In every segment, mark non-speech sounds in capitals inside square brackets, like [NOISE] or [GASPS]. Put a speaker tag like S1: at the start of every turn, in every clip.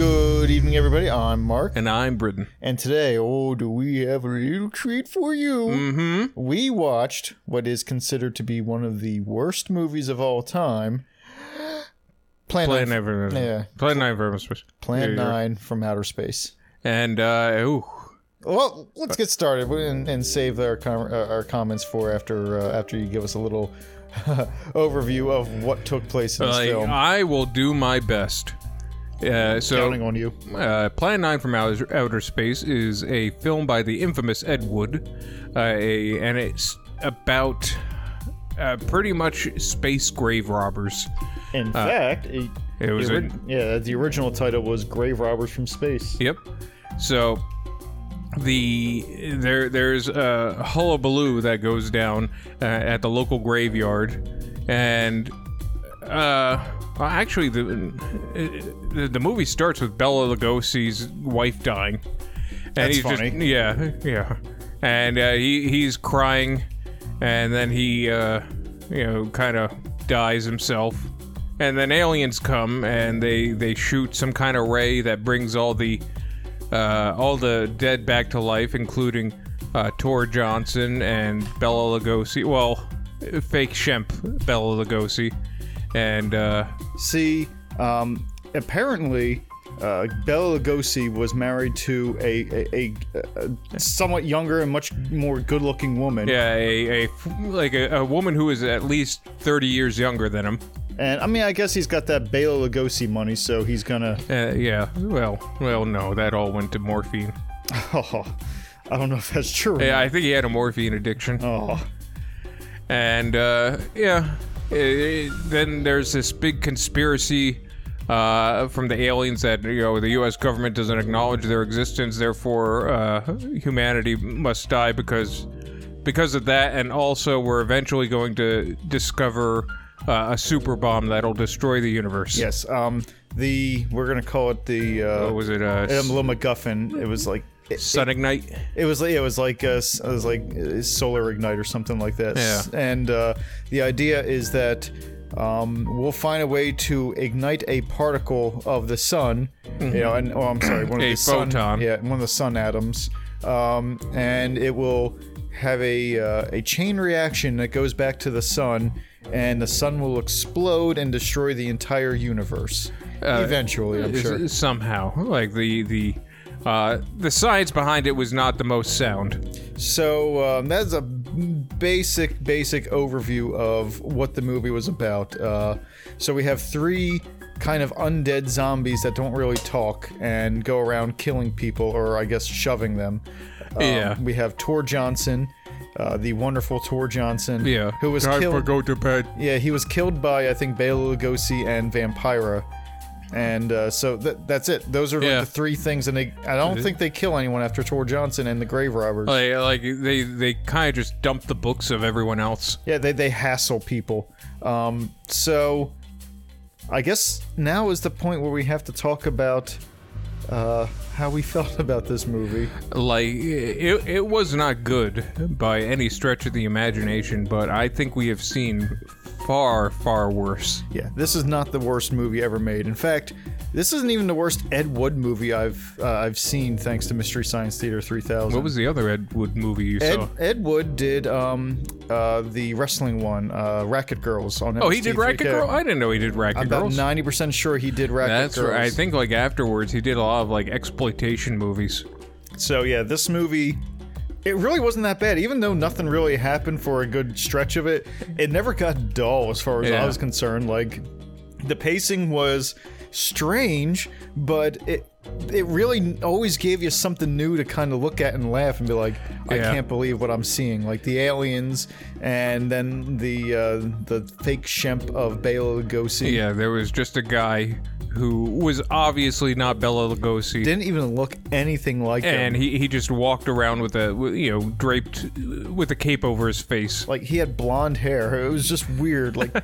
S1: evening, everybody. I'm Mark,
S2: And I'm Britain.
S1: and today, oh, do we have a little treat for you?
S2: Mm-hmm.
S1: We watched what is considered to be one of the worst movies of all time. [GASPS] Plan
S2: Plan
S1: Nine,
S2: Nine.
S1: Yeah.
S2: Plan Nine for Space.
S1: Plan
S2: Yeah, yeah.
S1: Nine from Outer Space.
S2: And uh, ooh,
S1: Well, let's get started and, and save our com- uh, our comments for after uh, after you give us a little [LAUGHS] overview of what took place in this
S2: like, uh,
S1: film.
S2: I will do my best. Uh,
S1: Counting
S2: so,
S1: on you.
S2: uh, Plan 9 from Outer, Outer Space is a film by the infamous Ed Wood, uh, a, and it's about uh, pretty much space grave robbers. uh,
S1: In fact, it,
S2: it was
S1: the
S2: a-
S1: ori- yeah. The original title was "Grave Robbers from Space."
S2: Yep. So the there there's a hullabaloo that goes down uh, at the local graveyard, and uh, well, actually the, uh, the the movie starts with Bella Lugosi's wife dying, and
S1: That's
S2: he's just
S1: funny.
S2: yeah yeah, and uh, he he's crying, and then he uh, you know kind of dies himself. And then aliens come and they, they shoot some kind of ray that brings all the uh, all the dead back to life, including uh, Tor Johnson and Bella Lugosi. Well, fake Shemp Bella Lugosi, and uh,
S1: See, um, apparently, uh, Bela Lugosi was married to a, a, a, a somewhat younger and much more good-looking woman.
S2: yeah, a, a like a, a woman who is at least thirty years younger than him.
S1: And I mean, I guess he's got that Bela Lugosi money, so he's gonna. [LAUGHS]
S2: Uh, yeah, well, well, no, that all went to morphine.
S1: Oh, I don't know if that's true. or
S2: Yeah,
S1: not.
S2: I think he had a morphine addiction.
S1: Oh,
S2: and uh, yeah, it- it- then there's this big conspiracy uh, from the aliens that you know the U.S. government doesn't acknowledge their existence, therefore uh, humanity must die because because of that, and also we're eventually going to discover uh, a super bomb that'll destroy the universe.
S1: yes. Um, the we're gonna call it the uh,
S2: What was it? Uh,
S1: um, little MacGuffin. It was like. It,
S2: Sun ignite.
S1: it was it was like uh, s- it was like uh, solar ignite or something like that.
S2: Yeah.
S1: And uh, the idea is that um, we'll find a way to ignite a particle of the sun, you know, and oh, I'm sorry, one of
S2: A
S1: the sun,
S2: photon.
S1: yeah, one of the sun atoms, um, and it will have a uh, a chain reaction that goes back to the sun, and the sun will explode and destroy the entire universe. Eventually, I'm
S2: Uh, Is-
S1: sure.
S2: is Somehow, like the the uh, the science behind it was not the most sound.
S1: So um, that's a basic, basic overview of what the movie was about. Uh, so we have three kind of undead zombies that don't really talk and go around killing people, or I guess shoving them. Um,
S2: Yeah.
S1: We have Tor Johnson, uh, the wonderful Tor Johnson.
S2: Yeah.
S1: Who was killed?
S2: go to bed.
S1: yeah, he was killed by I think Bela Lugosi and Vampira. And uh, so th- that's it. Those are like,
S2: Yeah.
S1: the three things, and they, I don't think they kill anyone after Tor Johnson and the Grave Robbers.
S2: Like, like they they kind of just dump the books of everyone else.
S1: Yeah, they, they hassle people. Um, so I guess now is the point where we have to talk about uh, how we [LAUGHS] felt about this movie.
S2: Like it, it was not good by any stretch of the imagination, but I think we have seen far far worse.
S1: Yeah, this is not the worst movie ever made. In fact, this isn't even the worst Ed Wood movie I've uh, I've seen, thanks to Mystery Science Theater 3000.
S2: What was the other Ed Wood movie you
S1: Ed,
S2: saw?
S1: Ed Wood did um, uh, the wrestling one, uh, Racket Girls. On
S2: Oh, he did Racket Girl. I didn't know he did Racket
S1: About
S2: Girls.
S1: ninety percent sure he did Racket
S2: That's
S1: Girls.
S2: right. I think like afterwards he did a lot of like exploitation movies.
S1: So yeah, this movie it really wasn't that bad, even though nothing really happened for a good stretch of it. It never got dull as far as I
S2: Yeah.
S1: was concerned. Like the pacing was strange, but it it really always gave you something new to kind of look at and laugh and be like, I
S2: Yeah.
S1: can't believe what I'm seeing. Like the aliens, and then the uh, the fake shemp of Bela Lugosi.
S2: Yeah, there was just a guy who was obviously not Bela Lugosi.
S1: Didn't even look anything like him.
S2: and he, he just walked around with a with, you know draped uh, with a cape over his face.
S1: like he had blonde hair it was just weird like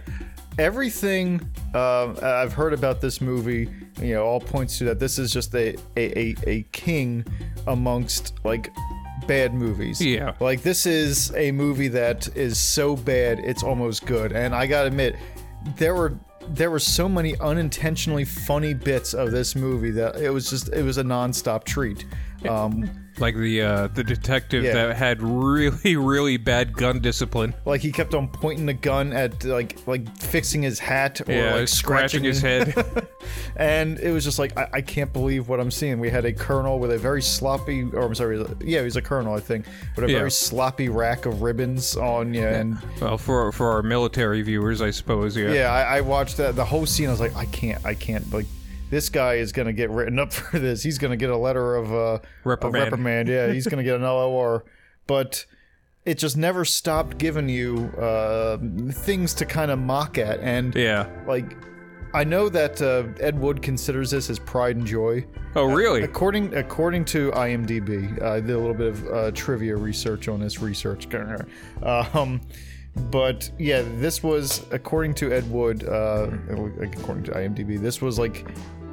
S1: everything um, i've heard about this movie you know all points to that this is just a a, a, a king amongst like bad movies
S2: Yeah.
S1: like this is a movie that is so bad it's almost good and i gotta admit there were there were so many unintentionally funny bits of this movie that it was just it was a nonstop treat. Um,
S2: Like the uh, the detective
S1: Yeah.
S2: that had really [LAUGHS] really bad gun discipline.
S1: like he kept on pointing the gun at like like fixing his hat or
S2: Yeah,
S1: like
S2: scratching his head.
S1: [LAUGHS] and it was just like I, I can't believe what I'm seeing. We had a colonel with a very sloppy, or I'm sorry, yeah, he's a colonel, I think, with a
S2: Yeah.
S1: very sloppy rack of ribbons on. Yeah, and
S2: well, for for our military viewers, I suppose. Yeah.
S1: yeah, I, I watched that the whole scene. I was like, I can't, I can't. Like, this guy is gonna get written up [LAUGHS] for this. He's gonna get a letter of uh,
S2: Reprimand.
S1: Of reprimand. Yeah, he's gonna get
S2: [LAUGHS]
S1: an LOR. But it just never stopped giving you uh, things to kind of mock at, and
S2: Yeah.
S1: like. I know that uh, Ed Wood considers this his pride and joy,
S2: Oh, really?
S1: According according to IMDb, I did a little bit of uh, trivia research on this research. [LAUGHS] Um, but yeah, this was according to Ed Wood. Uh, like, according to IMDb, this was like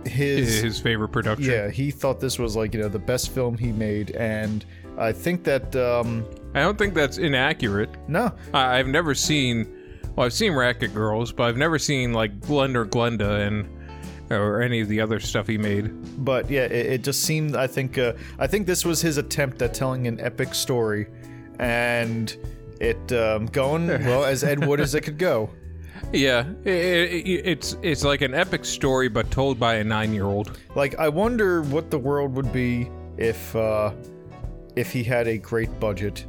S1: his.
S2: His favorite production.
S1: Yeah, he thought this was like you know the best film he made, and I think that um,
S2: I don't think that's inaccurate.
S1: no,
S2: I, I've never seen. Well, I've seen Racket Girls, but I've never seen like Glenda or Glenda and or any of the other stuff he made.
S1: but yeah, it, it just seemed. I think uh, I think this was his attempt at telling an epic story, and it um, going well as Ed Wood as it could go.
S2: Yeah, i- i i it's it's like an epic story, but told by a nine-year-old.
S1: Like, I wonder what the world would be if uh, if he had a great budget.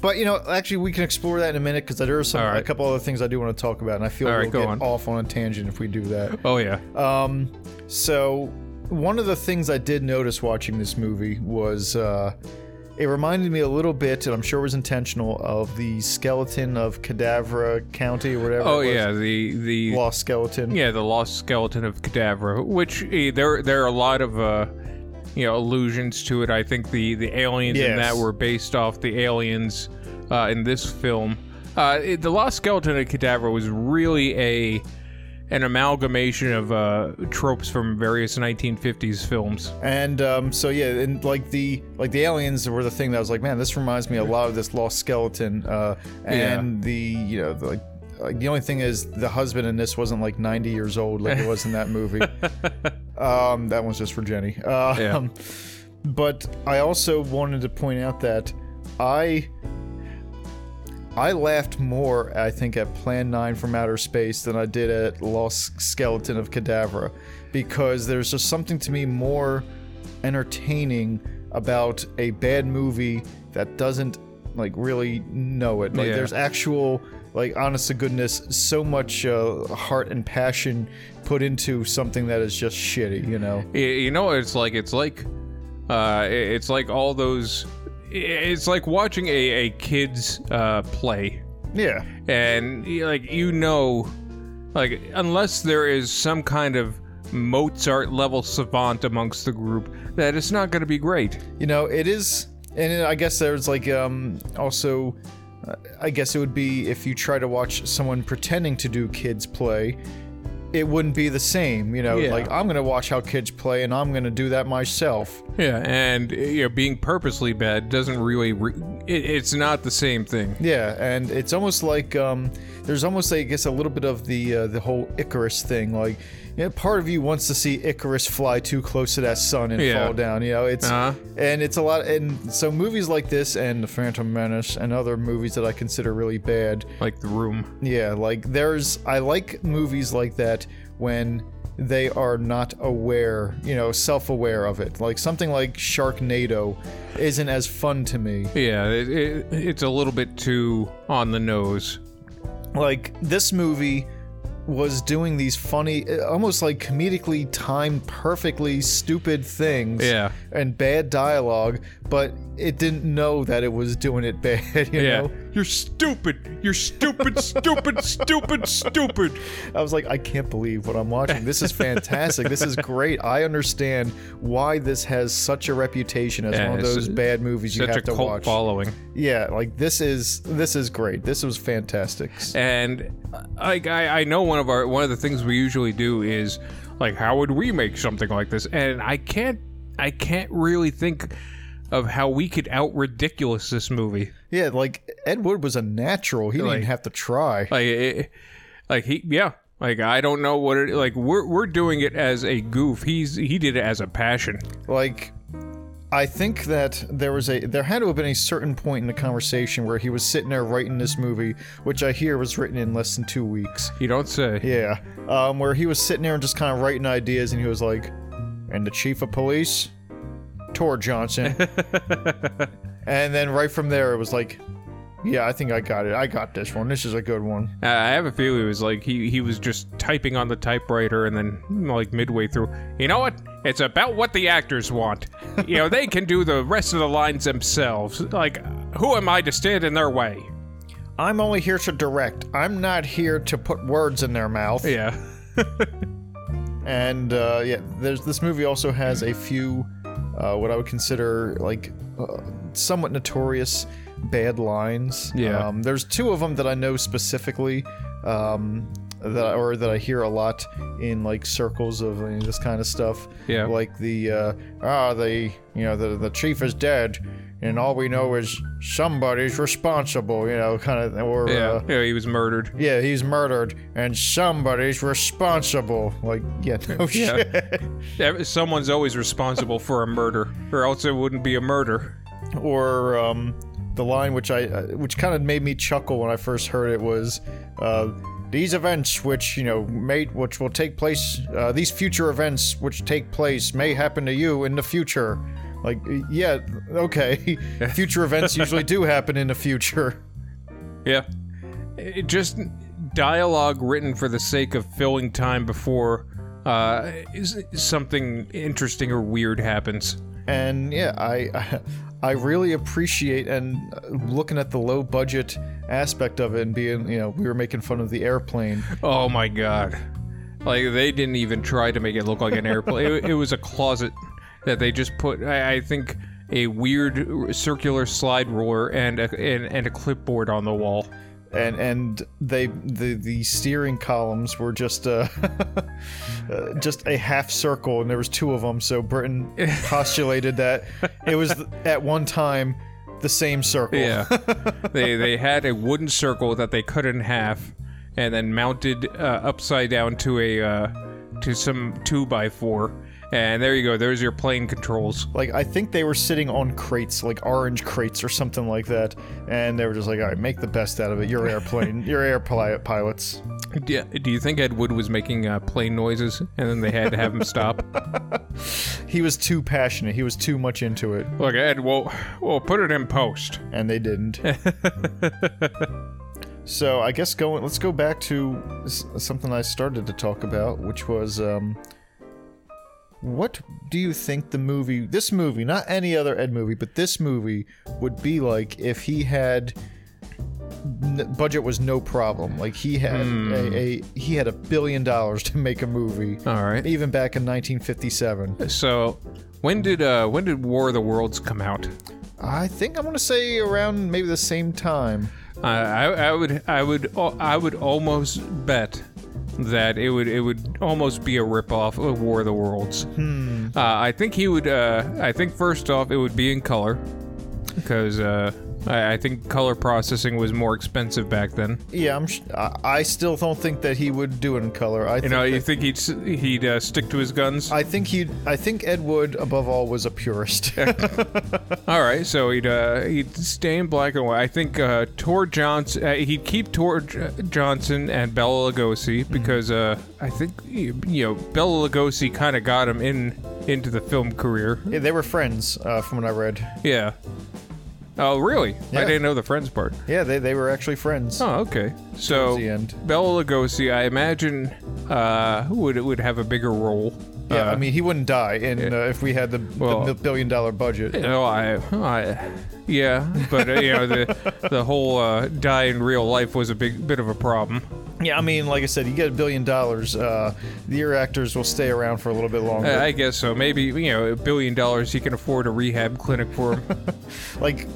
S1: But you know, actually, we can explore that in a minute because there are some
S2: All right.
S1: a couple other things I do want to talk about, and I feel
S2: All right,
S1: we'll
S2: go
S1: get
S2: on.
S1: off on a tangent if we do that.
S2: Oh yeah,
S1: Um, so one of the things I did notice watching this movie was uh, it reminded me a little bit, and I'm sure it was intentional, of the skeleton of Cadavra County or whatever.
S2: oh
S1: it was.
S2: yeah. The the
S1: lost skeleton.
S2: yeah the lost skeleton of Cadavra, which eh, there there are a lot of uh, you know allusions to it. I think the the aliens in
S1: Yes.
S2: that were based off the aliens uh, in this film. Uh, it- the lost skeleton of Cadavra was really a an amalgamation of uh, tropes from various 1950s films.
S1: And um, so yeah, and like the like the aliens were the thing that was like, man, this reminds me a lot of this lost skeleton. Uh, and the you know the, like like the only thing is the husband in this wasn't like 90 years old like it was in that movie. um, that one's just for Jenny. Uh,
S2: Yeah.
S1: But I also wanted to point out that I. I laughed more, I think, at Plan 9 from Outer Space than I did at Lost Skeleton of Cadavra because there's just something to me more entertaining about a bad movie that doesn't like really know it. Like
S2: Yeah.
S1: there's actual like honest to goodness so much uh, heart and passion put into something that is just shitty, you know.
S2: Y- you know it's like it's like uh i- it's like all those i- it's like watching a, a kid's uh play
S1: Yeah.
S2: and y- like you know like unless there is some kind of mozart level savant amongst the group that it's not going to be great
S1: you know it is and it- i guess there's like um also uh, i guess it would be if you try to watch someone pretending to do kids play it wouldn't be the same you know
S2: Yeah.
S1: like i'm gonna watch how kids play and i'm gonna do that myself
S2: yeah and you know being purposely bad doesn't really re- it, it's not the same thing
S1: yeah and it's almost like um there's almost i guess a little bit of the uh, the whole icarus thing like you know, part of you wants to see icarus fly too close to that sun and
S2: Yeah.
S1: fall down you know it's
S2: Uh-huh.
S1: and it's a lot and so movies like this and the phantom menace and other movies that i consider really bad
S2: like the room
S1: Yeah, like there's I like movies like that when they are not aware, you know, self-aware of it. Like something like Sharknado isn't as fun to me.
S2: yeah it, it, it's a little bit too on the nose
S1: Like this movie was doing these funny almost like comedically timed perfectly stupid things
S2: Yeah.
S1: and bad dialogue but it didn't know that it was doing it [LAUGHS] bad you know
S2: You're stupid. You're stupid, stupid, stupid, stupid.
S1: I was like, I can't believe what I'm watching. This is fantastic. this is great. I understand why this has such a reputation as
S2: Yeah,
S1: one of
S2: it's
S1: those
S2: a-
S1: bad movies you
S2: Such a
S1: have to
S2: cult
S1: watch.
S2: following.
S1: Yeah, like this is this is great. This was fantastic.
S2: And like I, I know one of our one of the things we usually do is like how would we make something like this? And I can't I can't really think of how we could out ridiculous this movie.
S1: Yeah, like Ed Wood was a natural. He didn't
S2: Like-
S1: even have to try.
S2: Like it, like he yeah. Like I don't know what it like we're we're doing it as a goof. He's he did it as a passion.
S1: like I think that there was a there had to have been a certain point in the conversation where he was sitting there writing this movie, which I hear was written in less than two weeks.
S2: You don't say. [LAUGHS]
S1: Yeah, um, where he was sitting there and just kind of writing ideas, and he was like, "And the chief of police, Tor Johnson,"
S2: [LAUGHS]
S1: and then right from there it was like, "Yeah, I think I got it. I got this one. This is a good one."
S2: I Uh, I have a feeling it was like he he was just typing on the typewriter and then like midway through, you know what? It's about what the actors want. you know, they can do the rest of the lines themselves. Like who am I to stand in their way?
S1: I'm only here to direct. I'm not here to put words in their mouth.
S2: Yeah.
S1: and uh, yeah, there's this movie also has a few uh, what I would consider like uh, somewhat notorious bad lines.
S2: Yeah.
S1: Um, there's two of them that I know specifically um, that I, or that I hear a lot in like circles of you know, this kind of stuff.
S2: Yeah.
S1: Like the uh, ah the you know the the chief is dead. And all we know is somebody's responsible, you know, kind of, or
S2: Yeah.
S1: uh,
S2: yeah, he was murdered.
S1: yeah, he's murdered, and somebody's responsible. Like, yeah, no shit.
S2: Ev- Someone's always responsible for a murder, or else it wouldn't be a murder.
S1: Or um, the line which I, uh, which kind of made me chuckle when I first heard it was, uh, these events which you know made, which will take place, uh, these future events which take place may happen to you in the future. Like, yeah, okay, [LAUGHS] future events usually do happen in the future.
S2: Yeah. It just dialogue written for the sake of filling time before uh, is something interesting or weird happens.
S1: and yeah i [LAUGHS] i really appreciate and uh, looking at the low budget aspect of it and being you know we were making fun of the airplane
S2: Oh my god. Like they didn't even try to make it look like an airplane. it, it was a closet that they just put I, I think a weird circular slide ruler and a, and, and a clipboard on the wall.
S1: and and they the the steering columns were just uh, [LAUGHS] uh just a half circle and there was two of them so britain postulated that it was th- at one time the same circle
S2: Yeah. they they had a wooden circle that they cut in half and then mounted uh, upside down to a uh, to some 2 by 4 and there you go. There's your plane controls.
S1: like i think they were sitting on crates like orange crates or something like that and they were just like all right make the best out of it you're airplane you're air pli- pilots
S2: Do, do you think Ed Wood was making uh, plane noises and then they had to have him stop?
S1: He was too passionate. He was too much into it,
S2: Look, Ed, we'll, we'll put it in post.
S1: and they
S2: [LAUGHS]
S1: didn't. so I guess going. Let's go back to s- something I started to talk about, which was um, what do you think the movie, this movie, not any other Ed movie, but this movie would be like if he had n- budget was no problem. Like he had
S2: Hmm.
S1: a, a he had a billion dollars to make a movie.
S2: All right.
S1: Even back in 1957,
S2: So, when did uh, when did War of the Worlds come out?
S1: I think I'm gonna say around maybe the same time.
S2: Uh, I, I would I would al- I would almost bet that it would it would almost be a ripoff of War of the Worlds. Hmm. Uh, I think he would. Uh, I think first off, it would be in color because uh, I, I think color processing was more expensive back then.
S1: Yeah, I'm. Sh- I I still don't think that he would do it in color. I
S2: You
S1: think
S2: know,
S1: that-
S2: you think he'd s- he'd uh, stick to his guns?
S1: I think he. I think Ed Wood, above all, was a purist.
S2: All right, so he'd uh, he'd stay in black and white. I think uh, Tor Johnson uh, he'd keep Tor J- Johnson and Bella
S1: Mm-hmm.
S2: Lugosi because uh, I think you you know Bella Lugosi kind of got him in into the film
S1: [LAUGHS]
S2: career.
S1: Yeah, [LAUGHS] they were friends, uh, from what I read.
S2: Yeah. Oh, really?
S1: Yeah.
S2: I didn't know the friends part.
S1: Yeah, they, they were actually friends.
S2: Oh, okay. So
S1: the end.
S2: Bella Lugosi, I imagine, uh, would would have a bigger role.
S1: Yeah,
S2: Uh,
S1: I mean, he wouldn't die, and uh, if we had the, the
S2: Well-
S1: mil- billion dollar budget,
S2: Oh, I, I, yeah, but uh, you know the the whole uh, die in real life was a big bit of a problem.
S1: yeah, I mean, like I said, you get a billion dollars, uh, your actors will stay around for a little bit longer.
S2: I I guess so. Maybe you know a billion dollars he can afford a rehab clinic for him.
S1: like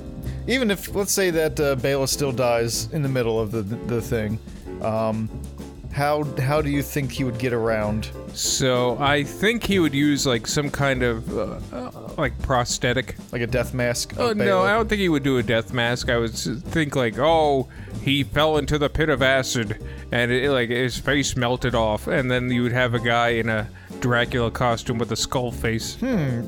S1: even if let's say that uh, Bela still dies in the middle of the the thing, um, how how do you think he would get around?
S2: so I think he would use like some kind of uh, uh, like prosthetic.
S1: Like a death mask? of
S2: Oh, no,
S1: Bela?
S2: I don't think he would do a death mask. I would s- think like, oh, he fell into the pit of acid, and it, like his face melted off. And then you would have a guy in a Dracula costume with a skull face.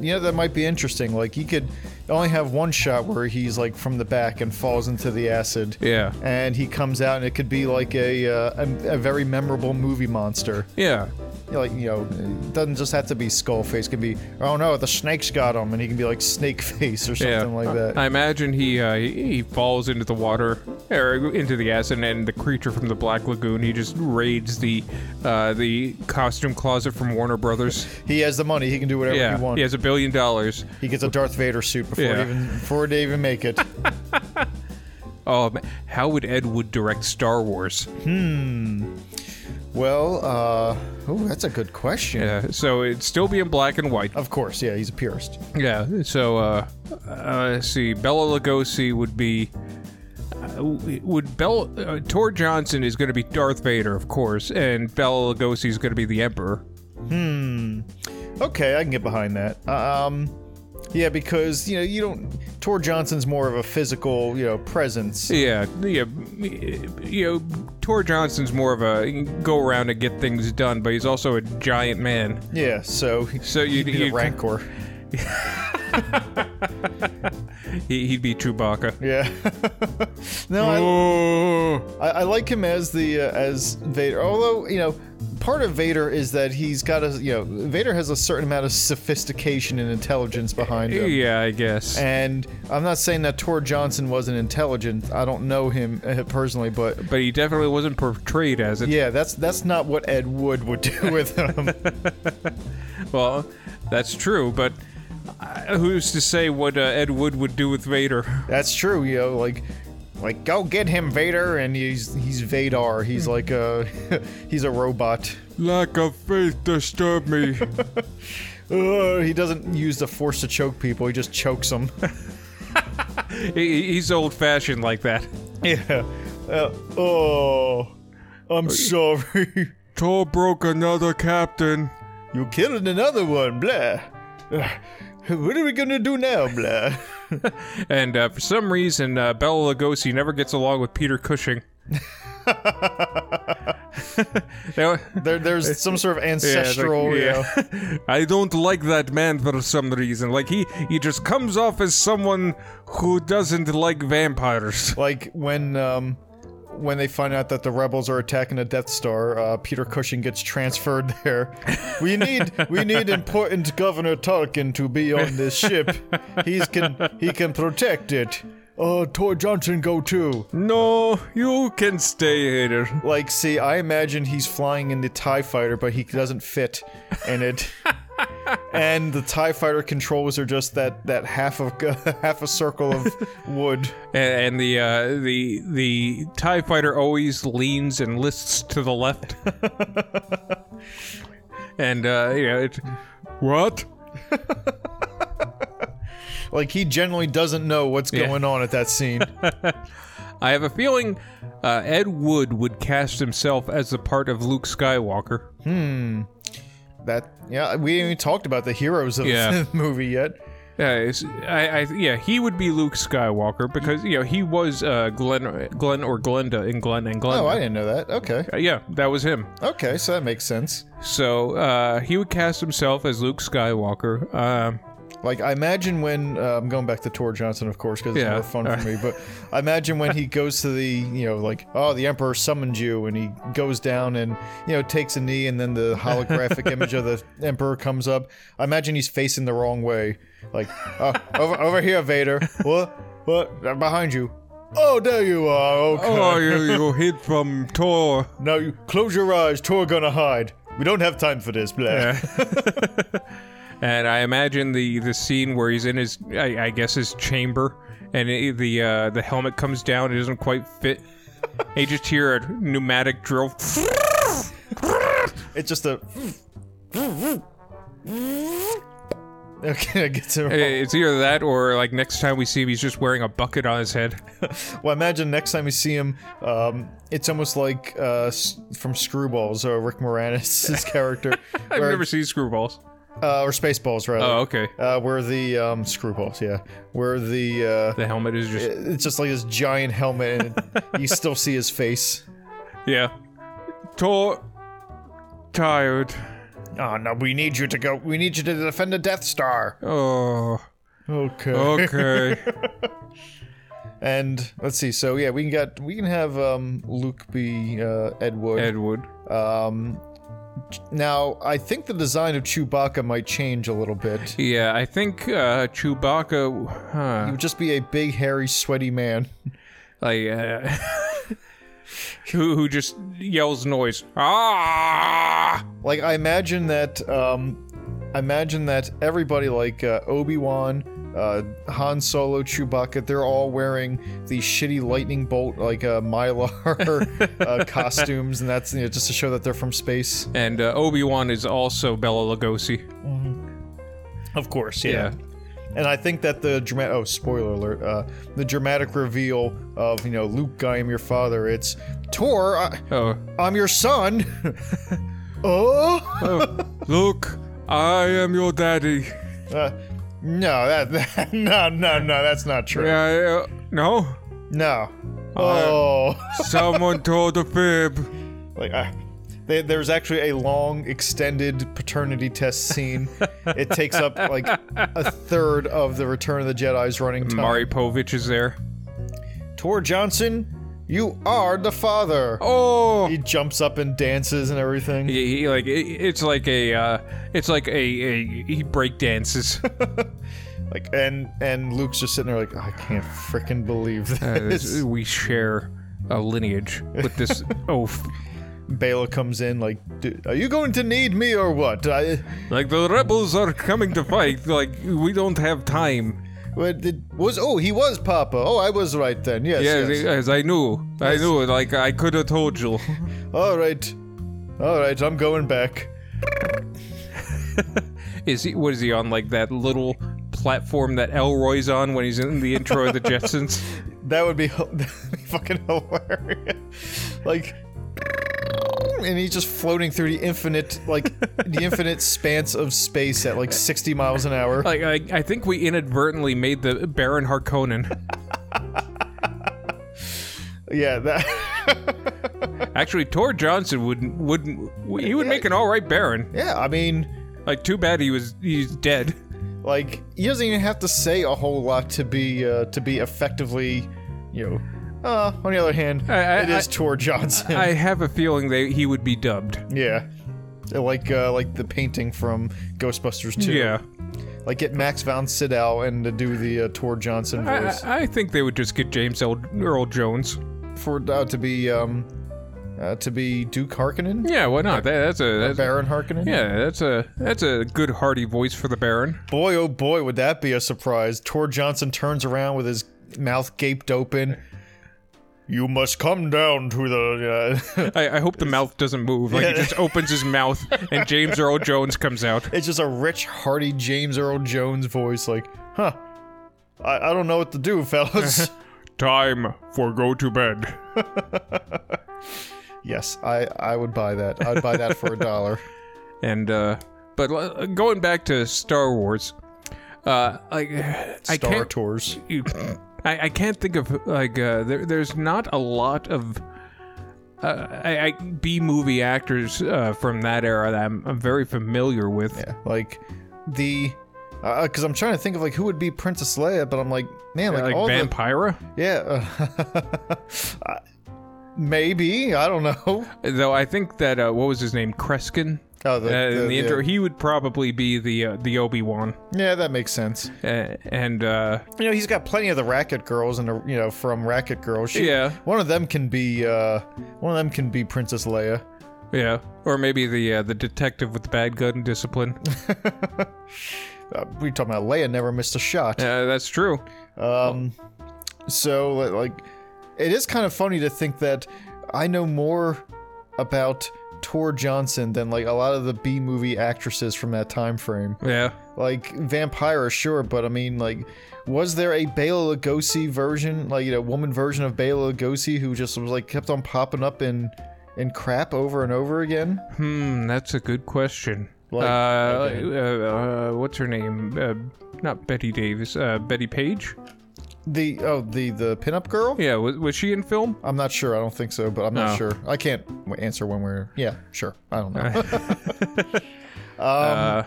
S1: Yeah, that might be interesting. Like he could only have one shot where he's like from the back and falls into the acid.
S2: Yeah.
S1: And he comes out, and it could be like a uh, a, a very memorable movie monster.
S2: Yeah,
S1: You know, Like you know, it doesn't just have to be skull face. It Can be oh no, the snake's got him, and he can be like snake face or something
S2: yeah. Uh,
S1: like that.
S2: I imagine he uh, he he falls into the water or into the acid, and the creature from the Black Lagoon. He just raids the uh, the costume closet from Warner Brothers.
S1: he has the money. He can do whatever
S2: Yeah,
S1: he wants.
S2: he has a billion dollars.
S1: He gets a Darth Vader suit before
S2: Yeah.
S1: it even before they even make it.
S2: Oh, ma- how would Ed Wood direct Star Wars?
S1: well, uh, oh, that's a good question.
S2: Yeah, so it'd still be in black and white.
S1: Of course, yeah, he's a purist.
S2: Yeah, so uh, uh let's see, Bella Lugosi would be. uh, Would Bella uh, Tor Johnson is going to be Darth Vader, of course, and Bella Lugosi is going to be the Emperor.
S1: Okay, I can get behind that. Um, yeah, because you know you don't. Tor Johnson's more of a physical, you know, presence.
S2: Yeah, yeah, you know, Tor Johnson's more of a go around and get things done, but he's also a giant man.
S1: Yeah, so
S2: So
S1: he'd
S2: you'd,
S1: be the
S2: you'd
S1: Rancor.
S2: he- he'd be Chewbacca.
S1: Yeah. [LAUGHS] no, I,
S2: Oh.
S1: I, I like him as the uh, as Vader. Although you know, part of Vader is that he's got a you know Vader has a certain amount of sophistication and intelligence behind him.
S2: Yeah, I guess.
S1: And I'm not saying that Tor Johnson wasn't intelligent. I don't know him uh, personally, but
S2: but he definitely wasn't portrayed as it.
S1: yeah, that's that's not what Ed Wood would do [LAUGHS] with him.
S2: Well, that's true, but uh, who's to say what uh, Ed Wood would do with Vader?
S1: that's true, you know, like. Like go get him, Vader, and he's he's Vadar. He's like a [LAUGHS] he's a robot.
S2: Lack of faith disturbed me.
S1: Ugh, he doesn't use the force to choke people. He just chokes them.
S2: [LAUGHS] he, he's old fashioned like that.
S1: [LAUGHS] yeah. Uh, oh, I'm sorry. [LAUGHS]
S2: Tor broke another captain.
S1: you killed another one, blah. Ugh. What are we gonna do now, blah?
S2: And uh, for some reason, uh, Bela Lugosi never gets along with Peter Cushing. They were-
S1: There,
S2: [LAUGHS]
S1: there's some sort of
S2: yeah, like,
S1: ancestral. you know,
S2: yeah. I don't like that man for some reason. Like he, he just comes off as someone who doesn't like vampires. [LAUGHS]
S1: like when um when they find out that the rebels are attacking the Death Star, uh, Peter Cushing gets transferred [LAUGHS] there. We need we need important Governor Tarkin to be on this ship. He's can he can protect it. Oh, Tor Johnson, go too.
S2: No, you can stay here.
S1: Like, see, I imagine he's flying in the Tie Fighter, but he doesn't fit in
S2: [LAUGHS]
S1: it. and the Tie Fighter controls are just that that half of [LAUGHS] half a circle of wood.
S2: And, and the uh, the the Tie Fighter always leans and lists to the left. and uh, you know, it, what?
S1: Like he generally doesn't know what's
S2: Yeah.
S1: going on at
S2: [LAUGHS]
S1: that scene.
S2: I have a feeling uh, Ed Wood would cast himself as the part of Luke Skywalker.
S1: That yeah, we haven't even talked about the heroes of
S2: Yeah.
S1: [LAUGHS] the movie yet.
S2: Uh, it's- I, I, yeah, he would be Luke Skywalker because you know he was uh, Glenn, Glenn or Glenda in Glenn and Glenda.
S1: Oh, I didn't know that. Okay,
S2: Uh, yeah, that was him.
S1: okay, so that makes sense.
S2: So uh, he would cast himself as Luke Skywalker. Um,
S1: Like I imagine when uh, I'm going back to Tor Johnson, of course, because it's
S2: Yeah.
S1: more fun
S2: [LAUGHS]
S1: for me. But I imagine when he goes to the you know like oh the Emperor summoned you, and he goes down and you know takes a knee, and then the
S2: [LAUGHS]
S1: holographic image of the Emperor comes up. I imagine he's facing the wrong way, like
S2: [LAUGHS]
S1: oh, over over here, Vader. What what I'm behind you? Oh, there you are. Okay.
S2: [LAUGHS] oh, you, you hid from Tor.
S1: Now you close your eyes. Tor gonna hide. We don't have time for this, blah.
S2: And I imagine the the scene where he's in his, I, I guess, his chamber, and it, the uh, the helmet comes down. It doesn't quite
S1: [LAUGHS]
S2: fit. you just hear a pneumatic drill.
S1: It's just a. Okay, I get to.
S2: It's either that or like next time we see him, he's just wearing a bucket on his head. [LAUGHS]
S1: Well, imagine next time we see him, um, it's almost like
S2: [LAUGHS]
S1: uh, s- from Screwballs, uh, Rick Moranis' character.
S2: I've
S1: where
S2: never seen screwballs.
S1: uh, or Spaceballs rather.
S2: Oh, okay.
S1: Uh, where the um, screwballs, yeah, where the uh,
S2: The helmet is just
S1: it's just like this giant helmet, and [LAUGHS] you still see his face.
S2: yeah. Tor tired.
S1: Oh no, we need you to go. We need you to defend the Death Star.
S2: Oh,
S1: Okay. [LAUGHS]
S2: okay.
S1: And let's see. So yeah, we can get we can have um, Luke be uh, Ed Wood.
S2: Edward.
S1: Um, now I think the design of Chewbacca might change a little bit.
S2: Yeah, I think uh, Chewbacca.
S1: He
S2: Huh,
S1: would just be a big, hairy, sweaty man.
S2: like, uh, [LAUGHS] who who just yells noise. Ah!
S1: Like I imagine that. Um, I imagine that everybody like uh, Obi Wan. Uh, Han Solo, Chewbacca, they're all wearing these shitty lightning bolt, like uh, Mylar [LAUGHS] uh, costumes, and that's you know, just to show that they're from space.
S2: And uh, Obi Wan is also Bella Lugosi.
S1: Mm-hmm. Of course,
S2: Yeah.
S1: And I think that the dramatic oh spoiler alert uh, the dramatic reveal of you know Luke I am your father it's Tor I,
S2: Oh,
S1: I'm your son [LAUGHS] oh
S2: oh Luke, I am your daddy.
S1: uh, no that, that [LAUGHS] no no no that's not true
S2: Yeah, uh, no,
S1: no oh [LAUGHS]
S2: someone told a fib.
S1: like I, they, there's actually a long extended paternity test scene it takes up like a third of the Return of the Jedi's running time
S2: Mari Povich is there.
S1: Tor Johnson you are the father
S2: Oh,
S1: He jumps up and dances and everything.
S2: he, he, like it, it's like a uh, it's like a, a he break
S1: [LAUGHS]
S2: dances.
S1: Like and and Luke's just sitting there like I can't freaking believe
S2: Uh, this-
S1: this.
S2: we share a lineage with
S1: [LAUGHS]
S2: this oaf.
S1: Bela comes in like, "D- are you going to need me or what? I,
S2: Like the rebels are coming to fight. Like we don't have time.
S1: what did, was oh he was Papa. Oh I was right then. Yes.
S2: Yeah,
S1: yes.
S2: as I knew, I knew. Like I could have told you.
S1: All right, all right. I'm going back.
S2: Is he? What is he on? Like that little platform that Elroy's on when he's in the intro of the Jetsons.
S1: That would be, [LAUGHS] that'd be fucking hilarious. [LAUGHS] Like. And he's just floating through the infinite, like the infinite spans of space at like 60 miles an hour.
S2: Like I, I think we inadvertently made the Baron Harkonnen.
S1: Yeah, that. [LAUGHS]
S2: Actually, Tor Johnson wouldn't wouldn't he would make an all right Baron.
S1: Yeah, I mean,
S2: Like too bad he was he's dead.
S1: like he doesn't even have to say a whole lot to be uh, to be effectively, you know. Uh, on the other hand,
S2: I-
S1: it is Tor Johnson.
S2: I have a feeling that he would be dubbed.
S1: [LAUGHS] yeah, like uh, like the painting from Ghostbusters 2.
S2: Yeah.
S1: like get Max von Sydow and to do the uh, Tor Johnson
S2: I,
S1: voice
S2: I- I think they would just get James L. Earl Jones.
S1: for uh, to be um uh, to be Duke Harkonnen,
S2: Yeah, why not? That, that's a that's,
S1: Baron Harkonnen.
S2: yeah, that's a that's a good hearty voice for the Baron.
S1: Boy, oh boy, would that be a surprise. Tor Johnson turns around with his mouth gaped open. You must come down to the. Uh, [LAUGHS]
S2: I, I hope the mouth doesn't move. Like he just opens his mouth
S1: [LAUGHS]
S2: and James Earl Jones comes out.
S1: it's just a rich, hearty James Earl Jones voice, like, huh. I, I don't know what to
S2: [LAUGHS]
S1: do, [LAUGHS] fellas.
S2: Time for go to bed.
S1: yes, I, I would buy that. I'd buy that for a dollar.
S2: And uh, but l- going back to Star Wars, uh, like [LAUGHS] I
S1: Star
S2: can't [LAUGHS]
S1: Tours.
S2: you- I, I can't think of like uh, there, there's not a lot of uh, I, I, B movie actors uh, from that era that I'm, I'm very familiar with.
S1: Like, the. Because I'm trying to think of, like, who would be Princess Leia, but I'm like, man, like,
S2: Like
S1: all
S2: Vampira,
S1: the. Yeah. [LAUGHS] Uh, I- maybe. I don't know. [LAUGHS]
S2: though I think that uh, what was his name, Kreskin,
S1: Oh, the,
S2: uh, in the intro, he would probably be the uh, the Obi Wan,
S1: Yeah, that makes sense.
S2: uh, and uh,
S1: You know, he's got plenty of the racket girls, and the- you know, from Racket Girls. She,
S2: Yeah.
S1: One of them can be, uh, one of them can be Princess Leia.
S2: yeah, or maybe the uh, the detective with the bad gun discipline.
S1: Uh, we talking about Leia never missed a
S2: [LAUGHS]
S1: shot.
S2: Uh, that's true.
S1: Um, so li- like, it is kind of funny to think that I know more about Tor Johnson than like a lot of the B movie actresses from that time frame.
S2: Yeah,
S1: Like Vampire, sure, but I mean, like, was there a Bela Lugosi version, like a woman version of Bela Lugosi who just was like kept on popping up in in crap over and over again?
S2: hmm, that's a good question.
S1: Like,
S2: uh, uh, uh, what's her name? Uh, not Betty Davis. Uh, Betty Page.
S1: the oh the the pinup girl.
S2: Yeah, was, was she in film?
S1: I'm not sure. I don't think so, but I'm not
S2: No.
S1: sure. I can't w- answer when we're. Yeah, sure. I don't know.
S2: uh,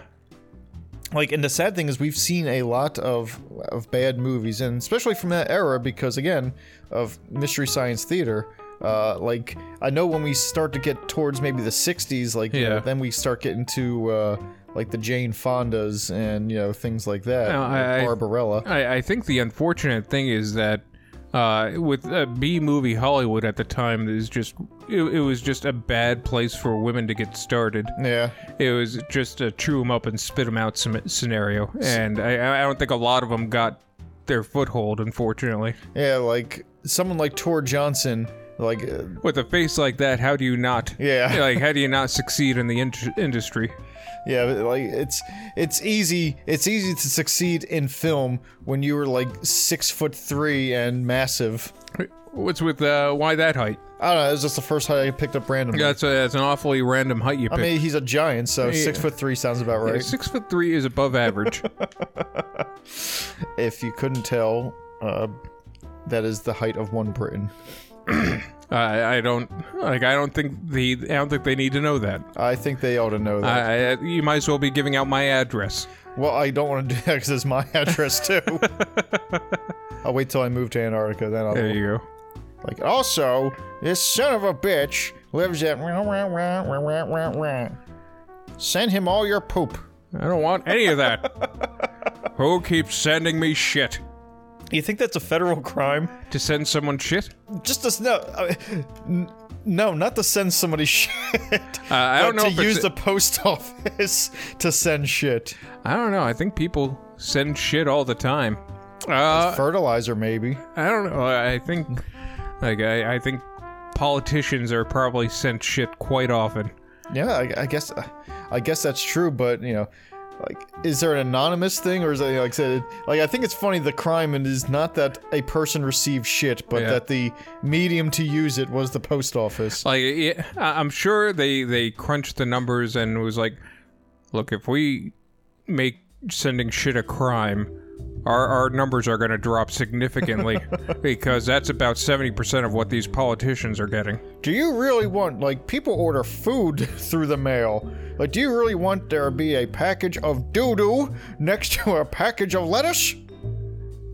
S1: like, and the sad thing is, we've seen a lot of of bad movies, and especially from that era, because again, of mystery science theater. Uh, like I know when we start to get towards maybe the '60s, like you know,
S2: Yeah.
S1: then we start getting to uh, like the Jane Fondas and you know things like that,
S2: No, Oh, I- I-
S1: like Barbarella.
S2: I, I think the unfortunate thing is that uh, with uh, B movie Hollywood at the time is just it, it was just a bad place for women to get started.
S1: yeah,
S2: It was just a chew them up and spit them out sce- scenario, and I, I don't think a lot of them got their foothold, unfortunately.
S1: yeah, like someone like Tor Johnson, like uh,
S2: With a face like that, how do you not?
S1: Yeah.
S2: [LAUGHS] like how do you not succeed in the in- industry?
S1: [LAUGHS] Yeah, but, like it's it's easy it's easy to succeed in film when you were like six foot three and massive.
S2: What's with uh, why that height?
S1: I don't know. It was just the first height I picked up randomly.
S2: That's a, that's an awfully random height you
S1: I
S2: picked.
S1: mean, he's a giant, so six foot three sounds about right.
S2: Six foot three is
S1: [LAUGHS]
S2: above average.
S1: If you couldn't tell, uh, that is the height of one Briton.
S2: I I don't like. I don't think the. I don't think they need to know that.
S1: I think they ought to know that.
S2: I, I you might as well be giving out my address.
S1: well, I don't want to do that because it's my [LAUGHS] address
S2: [LAUGHS]
S1: too. I'll wait till I move to Antarctica, then I'll
S2: There you go.
S1: Like, also, this son of a bitch lives at. Send him all your poop.
S2: I don't want any of that.
S1: [LAUGHS]
S2: Who keeps sending me shit?
S1: You think that's a federal crime?
S2: To send someone shit?
S1: Just to s- no, I- n- no, not to send somebody [LAUGHS] shit.
S2: Uh, I don't know.
S1: to
S2: if it's-
S1: use the post [LAUGHS] office to send shit.
S2: I don't know. I think people send shit all the time. Uh,
S1: Fertilizer, maybe.
S2: I don't know. I think, like, I, I think politicians are probably sent shit quite often.
S1: Yeah, I, I guess, uh, I guess that's true. But you know, like, is there an anonymous thing, or is it like I said? Like, I think it's funny the crime and is not that a person received shit, but
S2: Yeah.
S1: that the medium to use it was the post office.
S2: Like, it, I- I'm sure they they crunched the numbers and was like, look, if we make sending shit a crime, our our numbers are going to drop
S1: [LAUGHS]
S2: significantly because that's about seventy percent of what these politicians are getting.
S1: Do you really want like people order food [LAUGHS] through the mail? Like, do you really want there to be a package of doo doo next to a package of lettuce?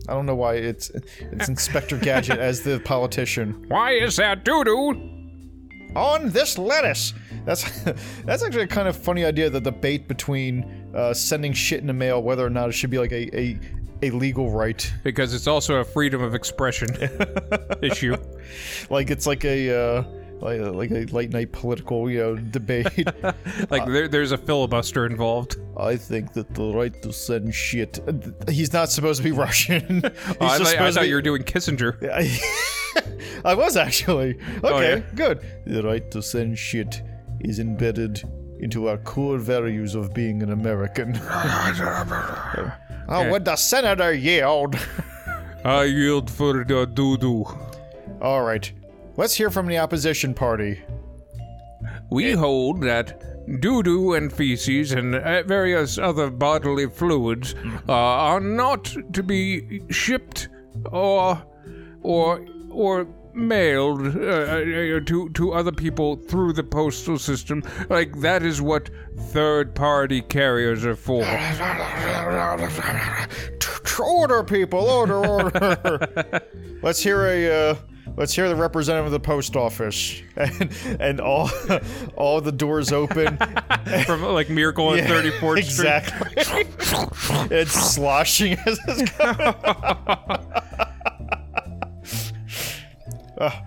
S1: I don't know why it's it's Inspector Gadget as the politician.
S2: Why is that doo doo?
S1: on this lettuce. That's [LAUGHS] that's actually a kind of funny idea. The debate between uh, sending shit in the mail, whether or not it should be like a a, a legal right,
S2: Because it's also a freedom of expression issue.
S1: like it's like a. Uh, like, like a late night political, you know, debate. [LAUGHS]
S2: Like there, there's a filibuster involved.
S1: I think that the right to send shit. He's not supposed to be [LAUGHS]
S2: [LAUGHS]
S1: Russian. He's
S2: Oh, I,
S1: just
S2: thought- I
S1: supposed to
S2: thought
S1: be-
S2: you were doing Kissinger.
S1: I, [LAUGHS] I was actually. Okay,
S2: Oh, yeah.
S1: good. The right to send shit is embedded into our core values of being an
S2: [LAUGHS]
S1: American. [LAUGHS] oh, would the senator yield?
S2: I yield for the doo doo.
S1: [LAUGHS] All right. Let's hear from the opposition party.
S2: We hold that doo doo and feces and uh, various other bodily fluids uh, are not to be shipped or or or mailed uh, uh, to to other people through the postal system. Like that is what third party carriers are for. [LAUGHS]
S1: Order, people, order, order. let's hear a. Uh, let's hear the representative of the post office, and and all all the doors open.
S2: From like Miracle on 34th Street.
S1: exactly. it's sloshing as it's coming. Uh,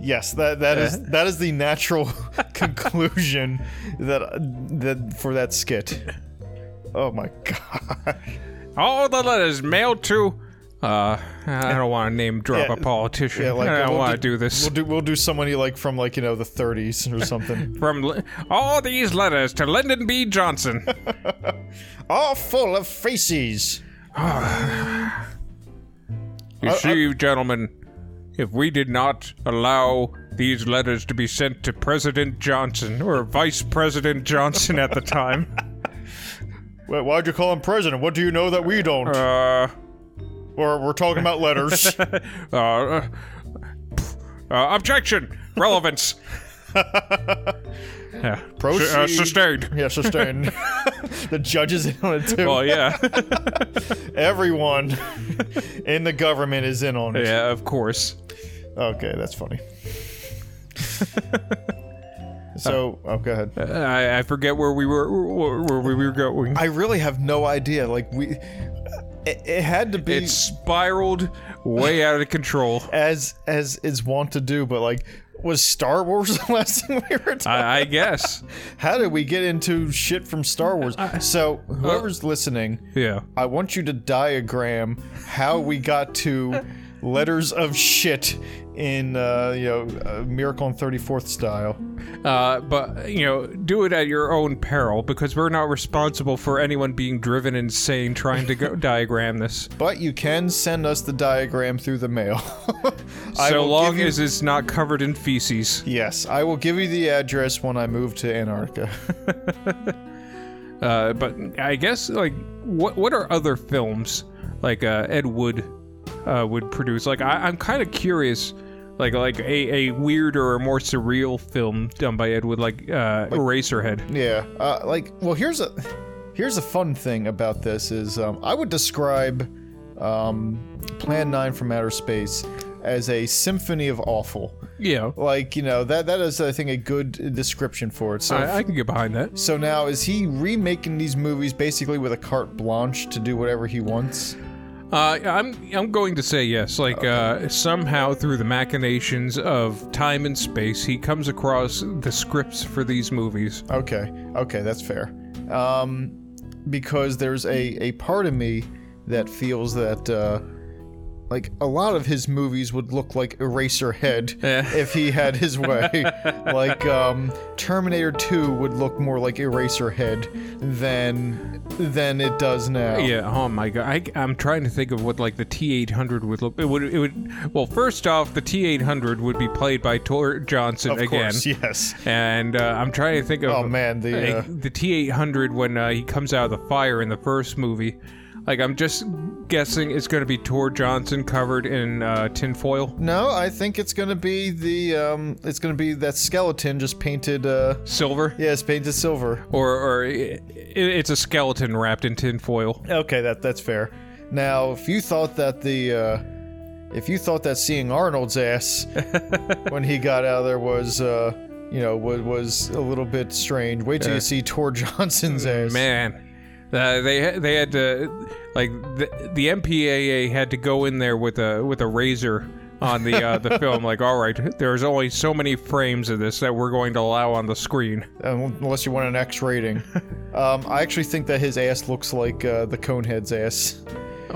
S1: yes, that that is that is the natural [LAUGHS] conclusion that that for that skit. Oh my god.
S2: All the letters mailed to. Uh, I don't want to name drop
S1: Yeah,
S2: a politician.
S1: yeah, like,
S2: I don't
S1: we'll
S2: want to
S1: do-
S2: do this.
S1: We'll do we'll do somebody like from like you know the
S2: [LAUGHS]
S1: 30s or something.
S2: From L- all these letters to Lyndon B.
S1: [LAUGHS]
S2: Johnson.
S1: All full of feces. Uh,
S2: You see, gentlemen, if we did not allow these
S1: [LAUGHS]
S2: letters to be sent to President Johnson or Vice President Johnson at the time,
S1: Why- Why'd you call him president? What do you know that we don't?
S2: Uh,
S1: Or we're talking about
S2: [LAUGHS]
S1: letters.
S2: uh, uh, uh, objection!
S1: [LAUGHS]
S2: Relevance! yeah.
S1: Proceed.
S2: Uh, sustained. [LAUGHS]
S1: yeah, sustained. the judge is in on it too.
S2: Well, yeah. [LAUGHS]
S1: [LAUGHS] Everyone in the government is in on it.
S2: yeah, of course.
S1: Okay, that's
S2: [LAUGHS]
S1: funny. so, oh, go ahead.
S2: I, I forget where we were where, where we were going.
S1: I really have no idea. Like we, it, it had to be
S2: it spiraled way out of control.
S1: as as is wont to do, but like. Was Star Wars [LAUGHS] the last thing we were talking?
S2: I, I guess.
S1: How did we get into shit from Star Wars? So, whoever's listening,
S2: Yeah.
S1: I want you to diagram how we got to letters of shit in uh, you know uh, Miracle on 34th style.
S2: Uh, but you know, do it at your own peril because we're not responsible for anyone being driven insane trying to
S1: [LAUGHS]
S2: go diagram this.
S1: But you can send us the diagram through the mail. [LAUGHS] I
S2: so
S1: will
S2: long
S1: give you-
S2: as it's not covered in feces.
S1: yes, I will give you the address when I move to Antarctica. [LAUGHS]
S2: Uh, but I guess like what what are other films like uh, Ed Wood uh, would produce? Like I, I'm kind of curious. Like, like a, a weirder or more surreal film done by Ed Wood, like uh, Eraserhead.
S1: yeah, uh, like well, here's a here's a fun thing about this is um, I would describe um, Plan Nine from Outer Space as a symphony of awful.
S2: Yeah,
S1: Like you know that that is I think a good description for it. So if-
S2: I, I can get behind that.
S1: So now is he remaking these movies basically with a carte blanche to do whatever he wants?
S2: Uh, I'm I'm going to say yes. Like uh, somehow through the machinations of time and space, he comes across the scripts for these movies.
S1: Okay, okay, that's fair. Um, because there's a a part of me that feels that uh, like a lot of his movies would look like
S2: [LAUGHS]
S1: Eraserhead
S2: Yeah.
S1: if he had
S2: [LAUGHS]
S1: his way. like um, Terminator 2 would look more like Eraserhead than than it does now.
S2: Yeah. Oh my god. I, I'm trying to think of what like the T800 would look. It would. It would. Well, first off, the T800 would be played by Tor Johnson
S1: of
S2: again.
S1: course, yes.
S2: And uh, I'm trying to think of
S1: Oh man, the
S2: Like,
S1: uh,
S2: the T800 when uh, he comes out of the fire in the first movie. Like I'm just guessing it's going to be Tor Johnson covered in uh, tinfoil,
S1: No, I think it's gonna be the um, it's gonna be that skeleton just painted. Uh,
S2: silver,
S1: yeah, it's painted silver.
S2: or or i i- it's a skeleton wrapped in tinfoil.
S1: Okay, that that's fair. Now, if you thought that the uh, if you thought that seeing Arnold's ass when he got out of there was uh, you know was was a little bit strange, wait till you see Tor [LAUGHS] Johnson's ass.
S2: Man, uh, they they had to like the, the MPAA had to go in there with a with a razor on the uh, the film. Like, all right, there's only so many frames of this that we're going to allow on the screen.
S1: un- um, unless you want an X rating. um, I actually think that his ass looks like uh, the Conehead's ass. [LAUGHS]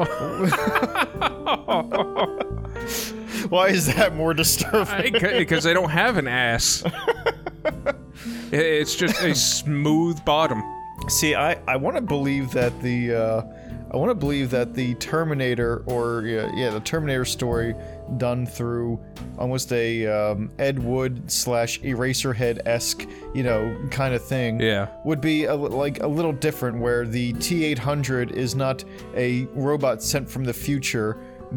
S1: Why is that
S2: [LAUGHS]
S1: more disturbing?
S2: because they don't have an ass. It- It's just a smooth bottom.
S1: See, I, I want to believe that the uh, I want to believe that the Terminator or yeah, yeah the Terminator story done through almost a um, Ed Wood slash Eraserhead esque you know kind of thing
S2: Yeah.
S1: would be a, li- like a little different where the T eight hundred is not a robot sent from the future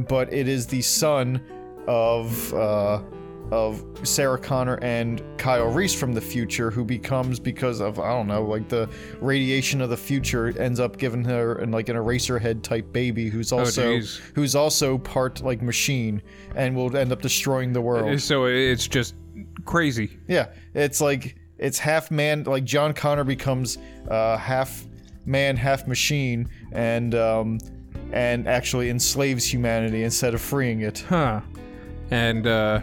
S1: but it is the son of. Uh, of Sarah Connor and Kyle Reese from the future, who becomes because of I don't know, like the radiation of the future ends up giving her and like an eraser head type baby who's also
S2: geez.
S1: who's also part like machine and will end up destroying the world.
S2: So it's just crazy.
S1: yeah, it's like it's half man, like John Connor becomes uh, half man, half machine, and um, and actually enslaves humanity instead of freeing it.
S2: Huh. And uh,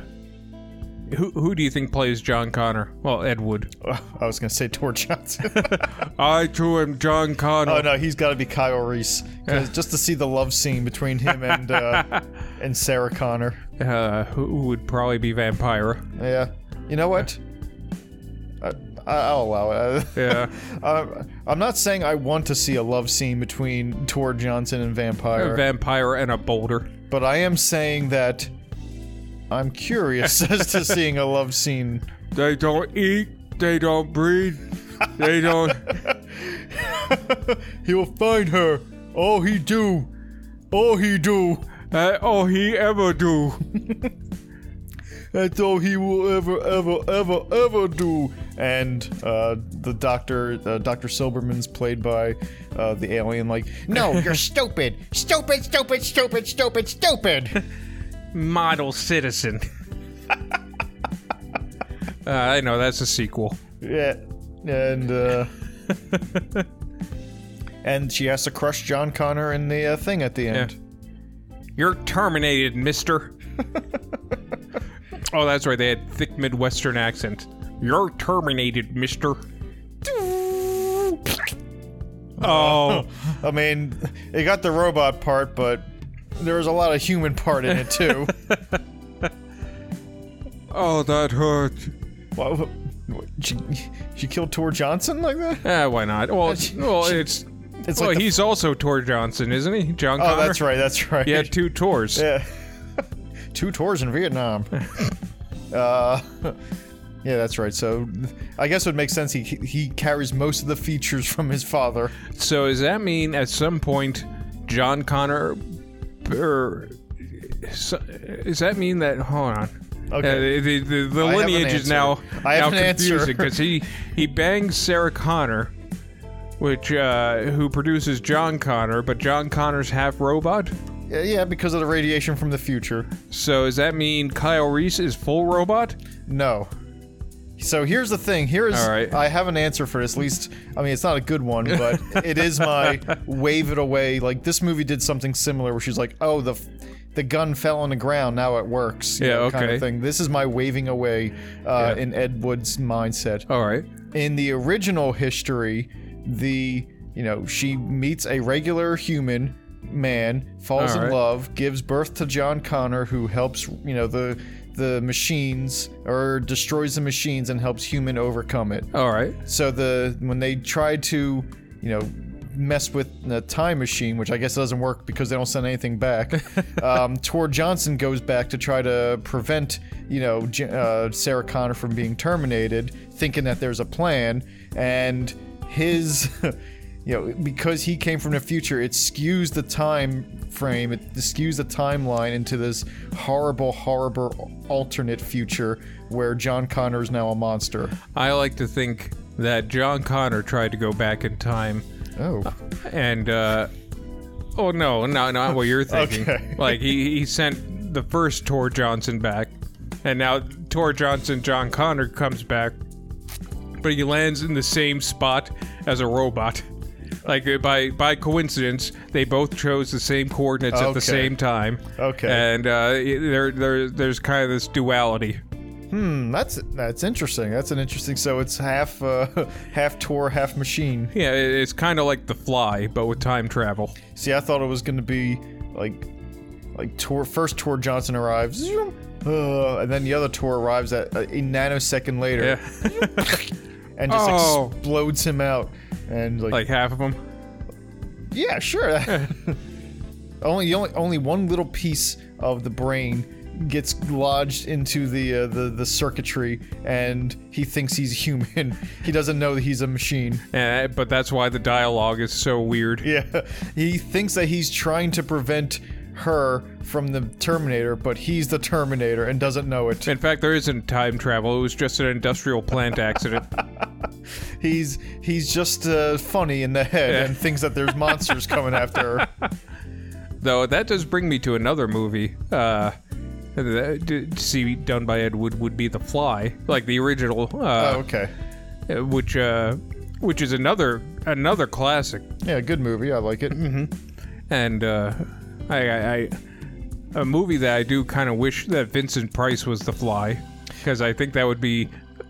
S2: who who do you think plays John Connor? Well, Ed Wood.
S1: I was gonna say Tor Johnson. [LAUGHS]
S2: I too am John Connor.
S1: Oh no, he's got to be Kyle Reese 'Cause just to see the love scene between him and uh, and Sarah Connor.
S2: Uh, who who would probably be Vampira?
S1: Yeah, you know what? I, I- I'll allow it. [LAUGHS]
S2: [LAUGHS] Yeah.
S1: I, I'm not saying I want to see a love scene between Tor Johnson and Vampire,
S2: Vampire and a boulder.
S1: but I am saying that I'm curious as to seeing a love scene.
S2: They don't eat. They don't breathe. They don't.
S1: he will find her. Oh, he do. Oh, he do.
S2: [LAUGHS] Uh, oh, he ever do.
S1: That's all he will ever, ever, ever, ever do. And uh, the doctor, uh, Doctor Silberman's played by uh, the alien. Like, no, you're stupid, stupid, stupid, stupid, stupid, stupid.
S2: Model [LAUGHS] citizen. uh, I know that's a sequel.
S1: yeah, and uh, and she has to crush John Connor in the uh, thing at the end.
S2: You're terminated, [LAUGHS] mister. oh, that's right. They had thick Midwestern accent. You're terminated, [LAUGHS] mister. Oh,
S1: I mean, it got the robot part, but there was a lot of human
S2: [LAUGHS]
S1: part in it too.
S2: oh, that hurt.
S1: Why- wh- she, she killed Tor Johnson like that?
S2: Eh, why not?
S1: [LAUGHS]
S2: Well,
S1: she-
S2: well,
S1: she-
S2: it's
S1: It's
S2: well,
S1: like the-
S2: he's also Tor Johnson, isn't he? John
S1: oh,
S2: Connor.
S1: that's right, that's right.
S2: He had two tours.
S1: [LAUGHS] Yeah. Two tours in
S2: [LAUGHS]
S1: Vietnam. uh, yeah, that's right. So I guess it would make sense he he carries most of the features from his father.
S2: So does that mean at some point John Connor or so- does that mean that hold on
S1: Okay.
S2: Uh, the, the, the
S1: have an
S2: lineage is
S1: answer.
S2: now
S1: I have
S2: now
S1: an answer.
S2: confusing because he he bangs Sarah Connor which uh, who produces John Connor but John Connor's half robot
S1: Yeah, yeah, because of the radiation from the future.
S2: so does that mean Kyle Reese is full robot
S1: No. So here's the thing. Here is
S2: All right.
S1: I have an answer for this. At least I mean it's not a good
S2: [LAUGHS]
S1: one, but it is my wave it away. Like this movie did something similar where she's like, "Oh, the f- the gun fell on the ground. Now it works." you
S2: Yeah,
S1: Kind
S2: okay.
S1: of thing. This is my waving away uh,
S2: Yeah.
S1: in Ed Wood's mindset.
S2: all right
S1: in the original history, the you know she meets a regular human man, falls
S2: All
S1: in
S2: right.
S1: love, gives birth to John Connor, who helps you know the the machines or destroys the machines and helps human overcome it.
S2: all right
S1: So the when they tried to you know mess with the time machine, which I guess doesn't work because they don't send anything back. um, Tor Johnson goes back to try to prevent you know J- uh, Sarah Connor from being terminated, thinking that there's a plan, and his. [LAUGHS] You know, because he came from the future, it skews the time frame, it skews the timeline into this horrible, horrible alternate future where John Connor is now a monster.
S2: I like to think that John Connor tried to go back in time
S1: Oh.
S2: and uh oh no no not what
S1: [LAUGHS]
S2: you're thinking
S1: Okay.
S2: like he he sent the first tor johnson back and now tor johnson john connor comes back but he lands in the same spot as a robot like uh, by by coincidence they both chose the same coordinates at
S1: Okay.
S2: the same time
S1: Okay.
S2: and uh it- there there there's kind of this duality
S1: That's that's interesting. That's an interesting. So it's half uh, [LAUGHS] half tour, half machine.
S2: yeah it- it's kind of like the fly but with time travel
S1: See, I thought it was going to be like like tour. First tour Johnson arrives, zoom, uh, and then the other tour arrives at uh, a nanosecond later
S2: yeah
S1: and just
S2: Oh.
S1: explodes him out. And like,
S2: [LAUGHS] like half of them
S1: yeah,
S2: [LAUGHS]
S1: sure. [LAUGHS] only only only one little piece of the brain gets lodged into the uh, the the circuitry, and he thinks he's [LAUGHS] human. he doesn't know that he's a machine.
S2: Uh, but that's why the dialogue is so weird.
S1: Yeah, he thinks that he's trying to prevent her from the Terminator, but he's the Terminator and doesn't know
S2: [LAUGHS]
S1: it.
S2: In fact, there isn't time travel. It was just an industrial plant accident.
S1: He's he's just uh, funny in the head and thinks that there's monsters coming after her.
S2: Though that does bring me to another movie. Uh, that- to to see done by Ed Wood would be The Fly, like the original,
S1: Oh,
S2: uh,
S1: okay.
S2: which uh, which is another another classic.
S1: Yeah, good movie. I like it.
S2: and uh, I, I, I a movie that I do kind of wish that Vincent Price was The Fly, because I think that would be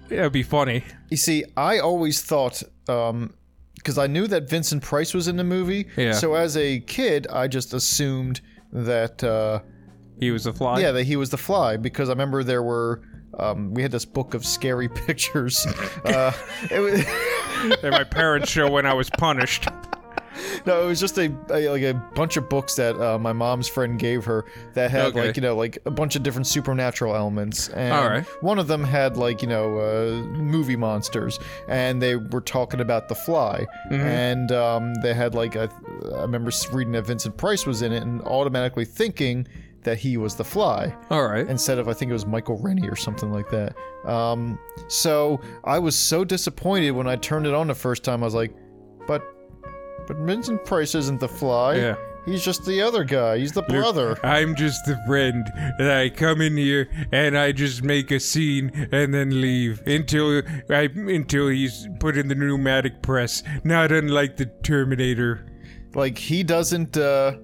S2: that would be funny.
S1: You see, I always thought, um, because I knew that Vincent Price was in the movie.
S2: Yeah.
S1: So as a kid, I just assumed that. Uh,
S2: He was The Fly.
S1: Yeah, that he was the fly because I remember there were um, we had this book of scary [LAUGHS] pictures. uh, it was, [LAUGHS]
S2: that my parents show when I was punished.
S1: [LAUGHS] no, it was just a, a like a bunch of books that uh, my mom's friend gave her that had
S2: Okay.
S1: like you know like a bunch of different supernatural elements. And
S2: All right.
S1: One of them had like you know uh, movie monsters, and they were talking about The Fly,
S2: Mm-hmm.
S1: and um, they had like I, I remember reading that Vincent Price was in it, and automatically thinking that he was The Fly
S2: All right.
S1: instead of I think it was Michael Rennie or something like that. Um, so I was so disappointed when I turned it on the first time. I was like, but but Vincent Price isn't the fly.
S2: Yeah.
S1: He's just the other guy. He's the
S2: [LAUGHS]
S1: brother.
S2: I'm just the friend and I come in here and I just make a scene and then leave until I until he's put in the pneumatic press. Not unlike the Terminator.
S1: Like he doesn't uh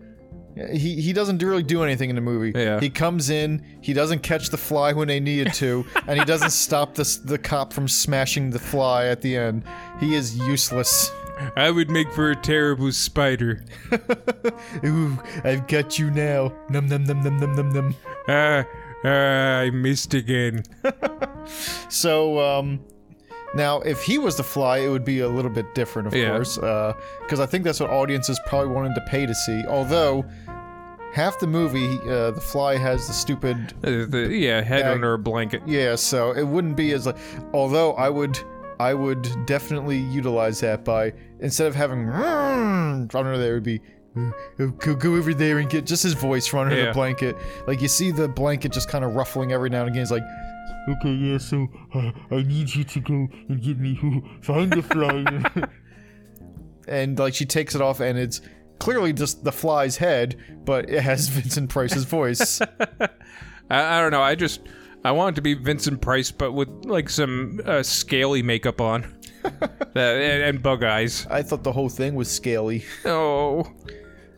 S1: he, he doesn't really do anything in the movie.
S2: Yeah.
S1: He comes in, he doesn't catch the fly when they needed
S2: [LAUGHS]
S1: to, and he doesn't stop the, s- the cop from smashing the fly at the end. He is useless. [LAUGHS]
S2: I would make for a terrible spider.
S1: Ooh, I've got you now. Num num num num num num num.
S2: Ah, ah, I missed again.
S1: So um, now, if he was the fly, it would be a little bit different, of
S2: Yeah.
S1: course, because I think that's what audiences probably wanted to pay to see. Although half the movie, uh, the fly has the stupid
S2: Uh, the- yeah, head under a blanket.
S1: yeah, so it wouldn't be as like. Although I would, I would definitely utilize that by instead of having "Rrrr" from under there, it would be "Uh, go, go over there and get just his voice from under
S2: Yeah.
S1: the blanket. Like you see the blanket just kind of ruffling every now and again. He's like,
S3: Okay, yeah, so uh, I need you to go and get me who find the fly.
S1: and like she takes it off, and it's clearly just the fly's head, but it has Vincent Price's voice.
S2: I, I don't know. I just I wanted to be Vincent Price, but with like some uh, scaly makeup [LAUGHS] on, Uh, and, and bug eyes.
S1: I thought the whole thing was scaly.
S2: Oh,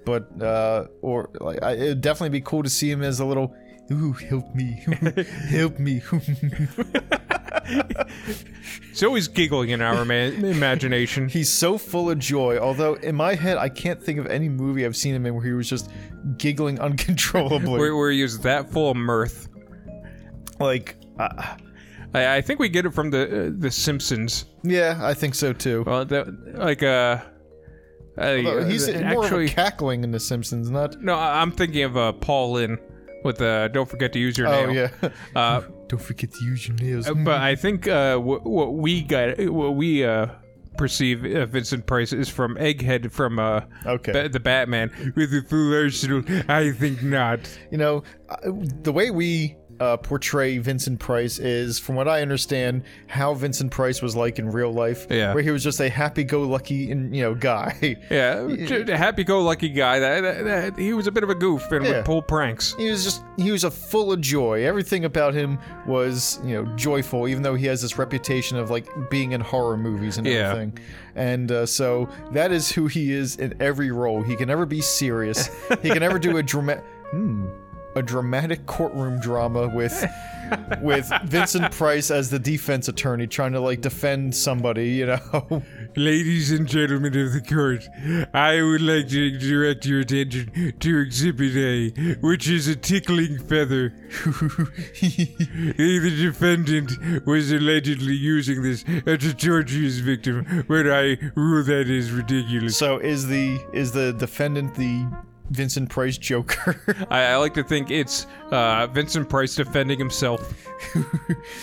S1: but uh, or like I, it'd definitely be cool to see him as a little. Ooh, help me! [LAUGHS] help me! [LAUGHS]
S2: it's always giggling in our
S1: [LAUGHS]
S2: man- imagination.
S1: He's so full of joy. Although in my head, I can't think of any movie I've seen him in where he was just giggling [LAUGHS] uncontrollably.
S2: Where, where he was that full of mirth.
S1: like, uh,
S2: I, I think we get it from the uh, the Simpsons.
S1: yeah, I think so too.
S2: Well, the, like uh, uh,
S1: Although he's more
S2: actually
S1: of a cackling in The Simpsons, not.
S2: no. I- I'm thinking of uh, Paul Lynn with uh, "Don't forget to use your
S1: Oh
S2: nail."
S1: yeah. Mm-hmm.
S2: Uh,
S1: [LAUGHS] Don't forget to use your nails.
S2: but I think uh, what, what we got, what we uh, perceive uh, Vincent Price is from Egghead from uh,
S1: Okay.
S2: Ba- the Batman with the full arsenal. I think not.
S1: you know, I- the way we uh, portray Vincent Price is, from what I understand, how Vincent Price was like in real life.
S2: Yeah.
S1: Where he was just a happy-go-lucky, and you know, guy. [LAUGHS]
S2: Yeah, j- happy-go-lucky guy. That, that, that- he was a bit of a goof and
S1: Yeah.
S2: would pull pranks.
S1: He was just, he was a full of joy. Everything about him was, you know, joyful, even though he has this reputation of, like, being in horror movies and
S2: Yeah.
S1: everything. And uh, so that is who he is in every role. He can never be serious. he can never do a dramatic, [LAUGHS] hmm, a dramatic courtroom drama with, with Vincent Price as the defense attorney trying to, like, defend somebody, you know? [LAUGHS]
S2: Ladies and gentlemen of the court, I would like to direct your attention to Exhibit A, which is a tickling feather. [LAUGHS] the defendant was allegedly using this uh, to torture his victim, but I rule that is ridiculous.
S1: so is the, is the defendant the Vincent Price Joker? [LAUGHS]
S2: I, I like to think it's uh, Vincent Price defending himself. [LAUGHS]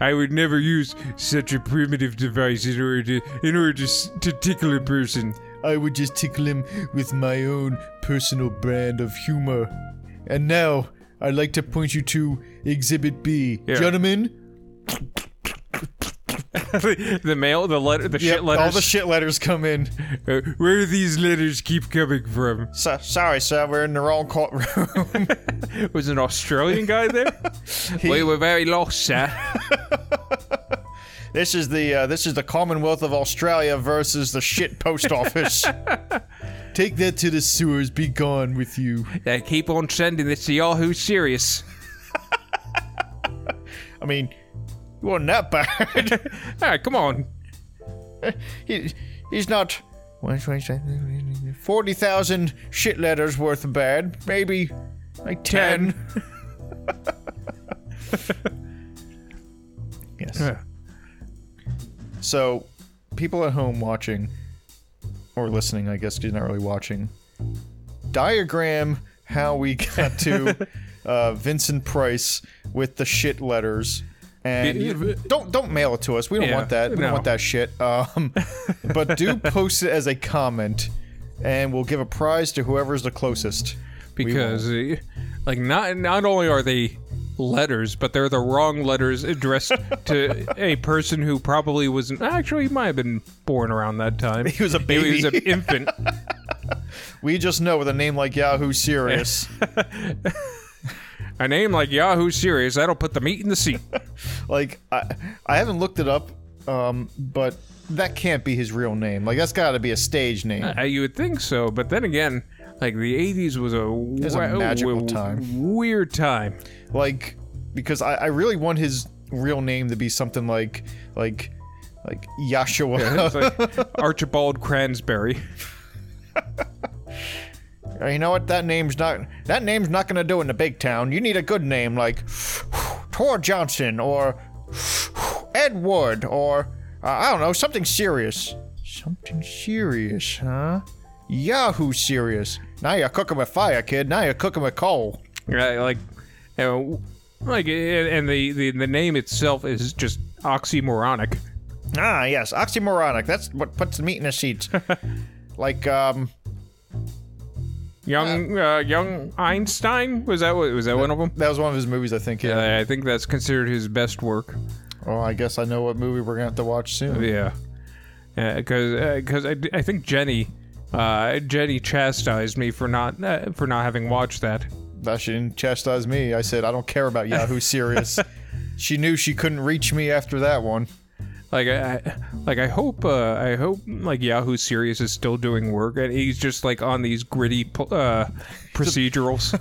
S2: I would never use such a primitive device in order to, in order to, s- to tickle a person. [LAUGHS]
S1: I would just tickle him with my own personal brand of humor. And now, I'd like to point you to Exhibit B.
S2: Yeah.
S1: Gentlemen,
S2: the, the mail, the letter, the
S1: yep,
S2: shit letters.
S1: all the shit letters come in.
S2: Uh, where do these letters keep coming from?
S1: So, sorry, sir, we're in the wrong [LAUGHS] courtroom.
S2: Was an Australian guy
S1: [LAUGHS]
S2: there? we were very lost, sir.
S1: this is the uh, this is the Commonwealth of Australia versus the shit post
S2: [LAUGHS]
S1: office. Take that to the sewers. Be gone with you.
S2: they keep on sending this to Yahoo Serious.
S1: I mean, you wasn't that bad.
S2: Ah, come on.
S1: he, he's not. 40,000 shit letters worth of bad. Maybe like 10. yes.
S2: Yeah.
S1: [LAUGHS] So, people at home watching, or listening, I guess, 'cause you're not really watching. Diagram how we got
S2: [LAUGHS]
S1: to uh, Vincent Price with the shit letters. And
S2: It-
S1: you- don't don't mail it to us. We don't
S2: Yeah,
S1: want that. We don't
S2: no.
S1: want that shit.
S2: [LAUGHS]
S1: Um, but do post it as a comment, and we'll give a prize to whoever's the closest.
S2: because uh, like not not only are they letters but they're the wrong letters
S1: [LAUGHS]
S2: addressed to a person who probably wasn't actually he might have been born around that time
S1: He was a baby.
S2: he was an
S1: [LAUGHS]
S2: infant
S1: We just know with a name like Yahoo Serious.
S2: a name like yahoo serious that'll put the meat in the seat
S1: like I, I haven't looked it up, um, but that can't be his real name. Like that's got to be a stage name.
S2: Uh, you would think so but then again like the 80s was a,
S1: was a
S2: wa-
S1: magical
S2: w-
S1: time.
S2: weird time
S1: like because I, I really want his real name to be something like like like Yashua.
S2: it's
S1: [LAUGHS]
S2: like archibald cransberry
S1: Uh, you know what? That name's not that name's not gonna do in the big town. You need a good name like Tor Johnson or Ed Wood or uh, I don't know something serious. Something serious, huh? Yahoo serious. Now you're cooking with fire, kid. Now you're cooking with coal.
S2: Right, like, you know, like, and and the, the the name itself is just oxymoronic.
S1: Ah, yes, oxymoronic. That's what puts the meat in the seats. like, um,
S2: Young uh, young Einstein was that what- was that one of them? Uh,
S1: that was one of his movies, I think. Yeah.
S2: I think that's considered his best work.
S1: Oh, I guess I know what movie we're gonna have to watch soon.
S2: Yeah, Uh, because because I, I think Jenny uh, Jenny chastised me for not uh, for not having watched that.
S1: That Uh, she didn't chastise me. I said I don't care about Yahoo Serious. she knew she couldn't reach me after that one.
S2: Like I, I- like I hope uh, I hope like Yahoo Serious is still doing work and he's just like on these gritty uh,
S1: [LAUGHS]
S2: procedurals.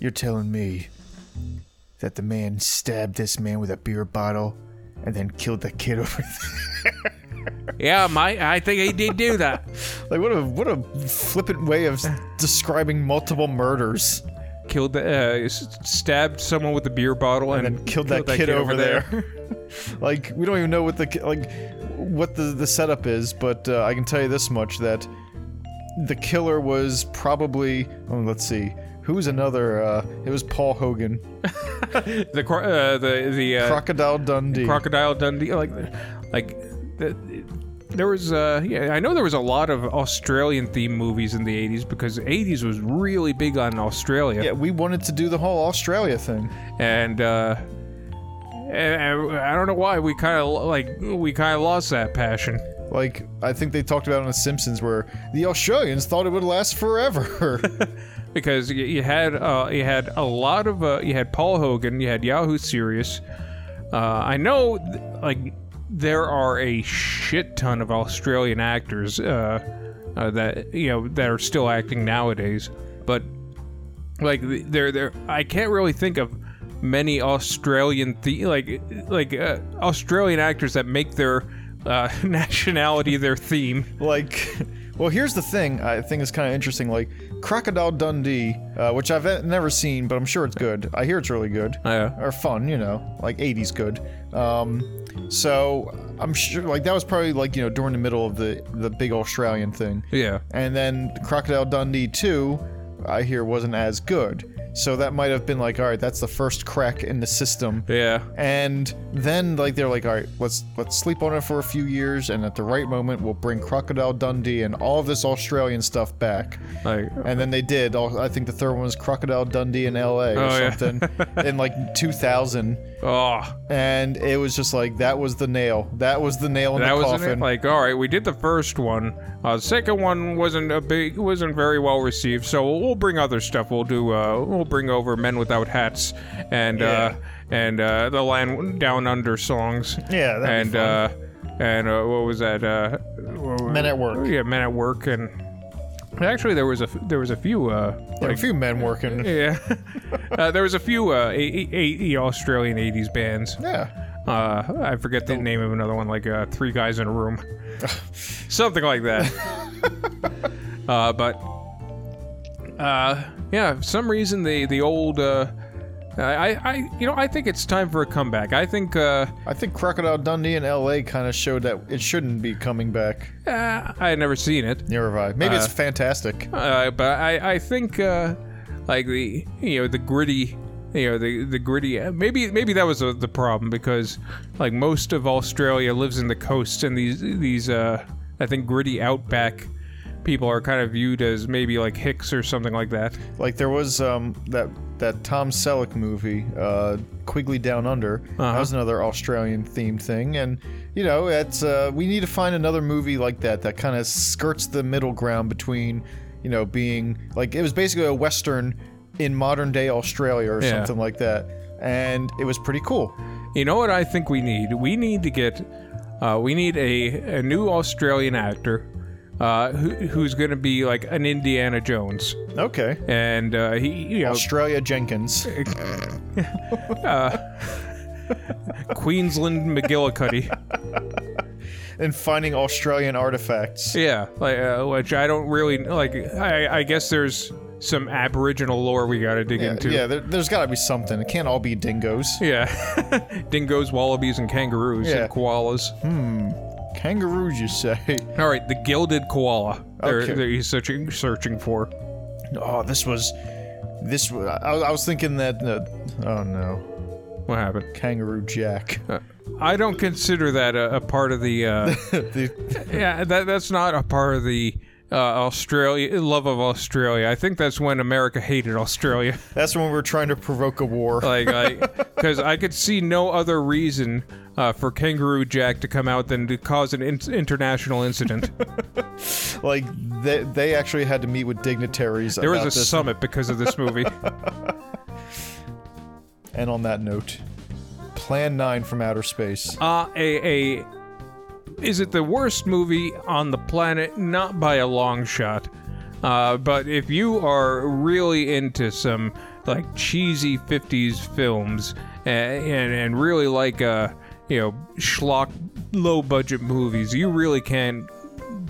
S1: You're telling me that the man stabbed this man with a beer bottle and then killed the kid over there. [LAUGHS]
S2: yeah, my I think he did do that.
S1: like what a what a flippant way of describing multiple murders.
S2: killed the, uh, s- stabbed someone with a beer bottle and,
S1: and killed, that, kid, over there. [LAUGHS] like we don't even know what the ki- like what the the setup is, but uh, I can tell you this much that the killer was probably oh, let's see who's another uh, it was Paul Hogan,
S2: the cro- uh, the the uh,
S1: Crocodile Dundee.
S2: crocodile Dundee like like the, there was uh yeah I know there was a lot of Australian themed movies in the 80s because the 80s was really big on Australia
S1: yeah, we wanted to do the whole Australia thing.
S2: and uh and, and I don't know why we kind of like we kind of lost that passion
S1: Like I think they talked about it on The Simpsons, where the Australians thought it would last forever. [LAUGHS]
S2: because you, you had uh, you had a lot of uh, you had Paul Hogan, you had Yahoo Serious. Uh, I know, th- like there are a shit ton of Australian actors uh, uh, that you know that are still acting nowadays, but like th- there there I can't really think of many Australian the- like like uh, Australian actors that make their uh, [LAUGHS] nationality their theme.
S1: like [LAUGHS] well here's the thing i think is kind of interesting like crocodile dundee uh, which i've e- never seen but i'm sure it's good i hear it's really good
S2: Oh, Yeah.
S1: or fun you know like 80s good um, so i'm sure like that was probably like you know during the middle of the the big australian thing
S2: Yeah.
S1: and then crocodile dundee 2 i hear wasn't as good so that might have been like all right that's the first crack in the system
S2: Yeah.
S1: and then like they're like all right let's let's sleep on it for a few years and at the right moment we'll bring crocodile dundee and all this australian stuff back
S2: Like
S1: and then they did All- i think the third one was crocodile dundee in la or
S2: Oh, yeah.
S1: something
S2: [LAUGHS]
S1: in like 2000
S2: oh.
S1: and it was just like that was the nail that was the nail in
S2: That
S1: the
S2: was it.
S1: coffin
S2: Like, all right, we did the first one. Uh, the second one wasn't a big, wasn't very well received. So we'll, we'll bring other stuff. We'll do. Uh, we'll bring over Men Without Hats and uh, and uh, the Land Down Under songs.
S1: Yeah, that'd be
S2: and
S1: fun.
S2: uh, and uh, what was that? Uh, what was- Oh,
S1: Men at Work.
S2: Yeah, Men at Work. And actually, there was a f- there was a few. Uh,
S1: Like, a few men working yeah,
S2: [LAUGHS] yeah, uh, there was a few uh, a- a- a- Australian '80s bands. Uh, I forget the name of another one, like uh, Three Guys in a Room. Something like that. uh, but, uh, yeah, for some reason, the, the old uh, I, I, I, you know, I think it's time for a comeback. I think, uh,
S1: I think Crocodile Dundee in L.A. kind of showed that it shouldn't be coming back.
S2: uh I had never seen it,
S1: Never have I. Maybe it's fantastic.
S2: uh, but I, I think, uh, like the, you know, the gritty, you know, the the gritty. Maybe, maybe that was uh the problem because, like, most of Australia lives in the coast, and these these, uh, I think, gritty outback people are kind of viewed as maybe like hicks or something like that.
S1: Like there was um that that Tom Selleck movie, uh, Quigley Down Under.
S2: Uh-huh.
S1: That was another Australian themed thing, and you know, it's uh, we need to find another movie like that that kind of skirts the middle ground between, you know, being like it was basically a western in modern day Australia or
S2: Yeah.
S1: something like that, and it was pretty cool.
S2: You know what I think we need? We need to get, uh, we need a, a new Australian actor uh, who, who's going to be like an Indiana Jones,
S1: Okay,
S2: and uh, he, you
S1: [LAUGHS]
S2: know,
S1: Australia Jenkins.
S2: Queensland McGillicuddy.
S1: and finding Australian artifacts.
S2: yeah, like, uh, which I don't really like. I, I guess there's some Aboriginal lore we got to dig
S1: Yeah,
S2: into.
S1: yeah, there, there's got to be something. It can't all be dingoes.
S2: Yeah. [LAUGHS] dingoes, wallabies, and kangaroos
S1: Yeah.
S2: and koalas.
S1: Kangaroos, you say? [LAUGHS]
S2: All right, the gilded koala. They're,
S1: Okay.
S2: they're- he's searching searching for.
S1: Oh, this was, this wa- I, I was thinking that. Uh, oh no,
S2: What happened?
S1: Kangaroo
S2: [LAUGHS]
S1: Jack.
S2: Uh, I don't consider that a, a part of the. Uh,
S1: [LAUGHS] The-
S2: [LAUGHS] Yeah, that that's not a part of the uh, Australia love of Australia. I think that's when America hated Australia,
S1: that's when we were trying to provoke a war.
S2: like because I could see no other reason uh, for Kangaroo Jack to come out than to cause an in- international incident.
S1: Like they, they actually had to meet with dignitaries.
S2: There was
S1: about
S2: a
S1: this.
S2: summit because of this movie.
S1: and on that note, Plan Nine from Outer Space.
S2: Uh, a a is it the worst movie on the planet? Not by a long shot. Uh, but if you are really into some like cheesy '50s films a- and and really like uh you know schlock low budget movies, you really can't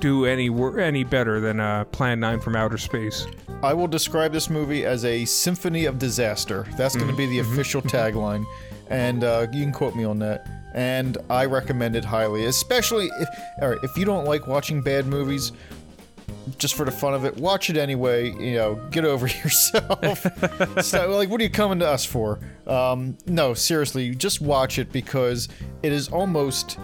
S2: do any wor- any better than uh, Plan Nine from Outer Space.
S1: I will describe this movie as a symphony of disaster. That's going to be the official tagline, and uh, you can quote me on that. And I recommend it highly, especially if all right, if you don't like watching bad movies, just for the fun of it, watch it anyway. You know, get over [LAUGHS] yourself. so, like, what are you coming to us for? Um, no, seriously, just watch it because it is almost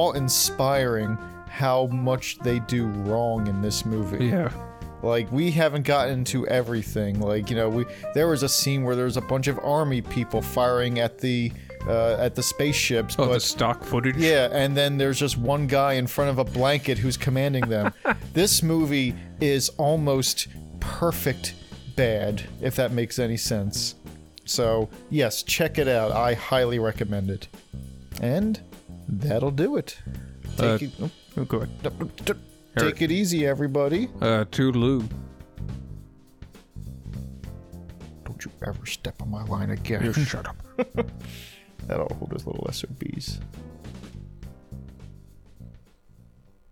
S1: awe-inspiring how much they do wrong in this movie
S2: Yeah.
S1: like we haven't gotten to everything like you know we there was a scene where there was a bunch of army people firing at the uh, at the spaceships
S2: Oh,
S1: but
S2: the stock footage.
S1: [LAUGHS] yeah and then there's just one guy in front of a blanket who's commanding
S2: [LAUGHS]
S1: them this movie is almost perfect bad if that makes any sense so yes check it out i highly recommend it and that'll do it take,
S2: Oh, good.
S1: it, take it easy everybody
S2: Uh, Toodaloo.
S1: Don't you ever step on my line again.
S2: Shut up.
S1: That'll hold his little SOBs.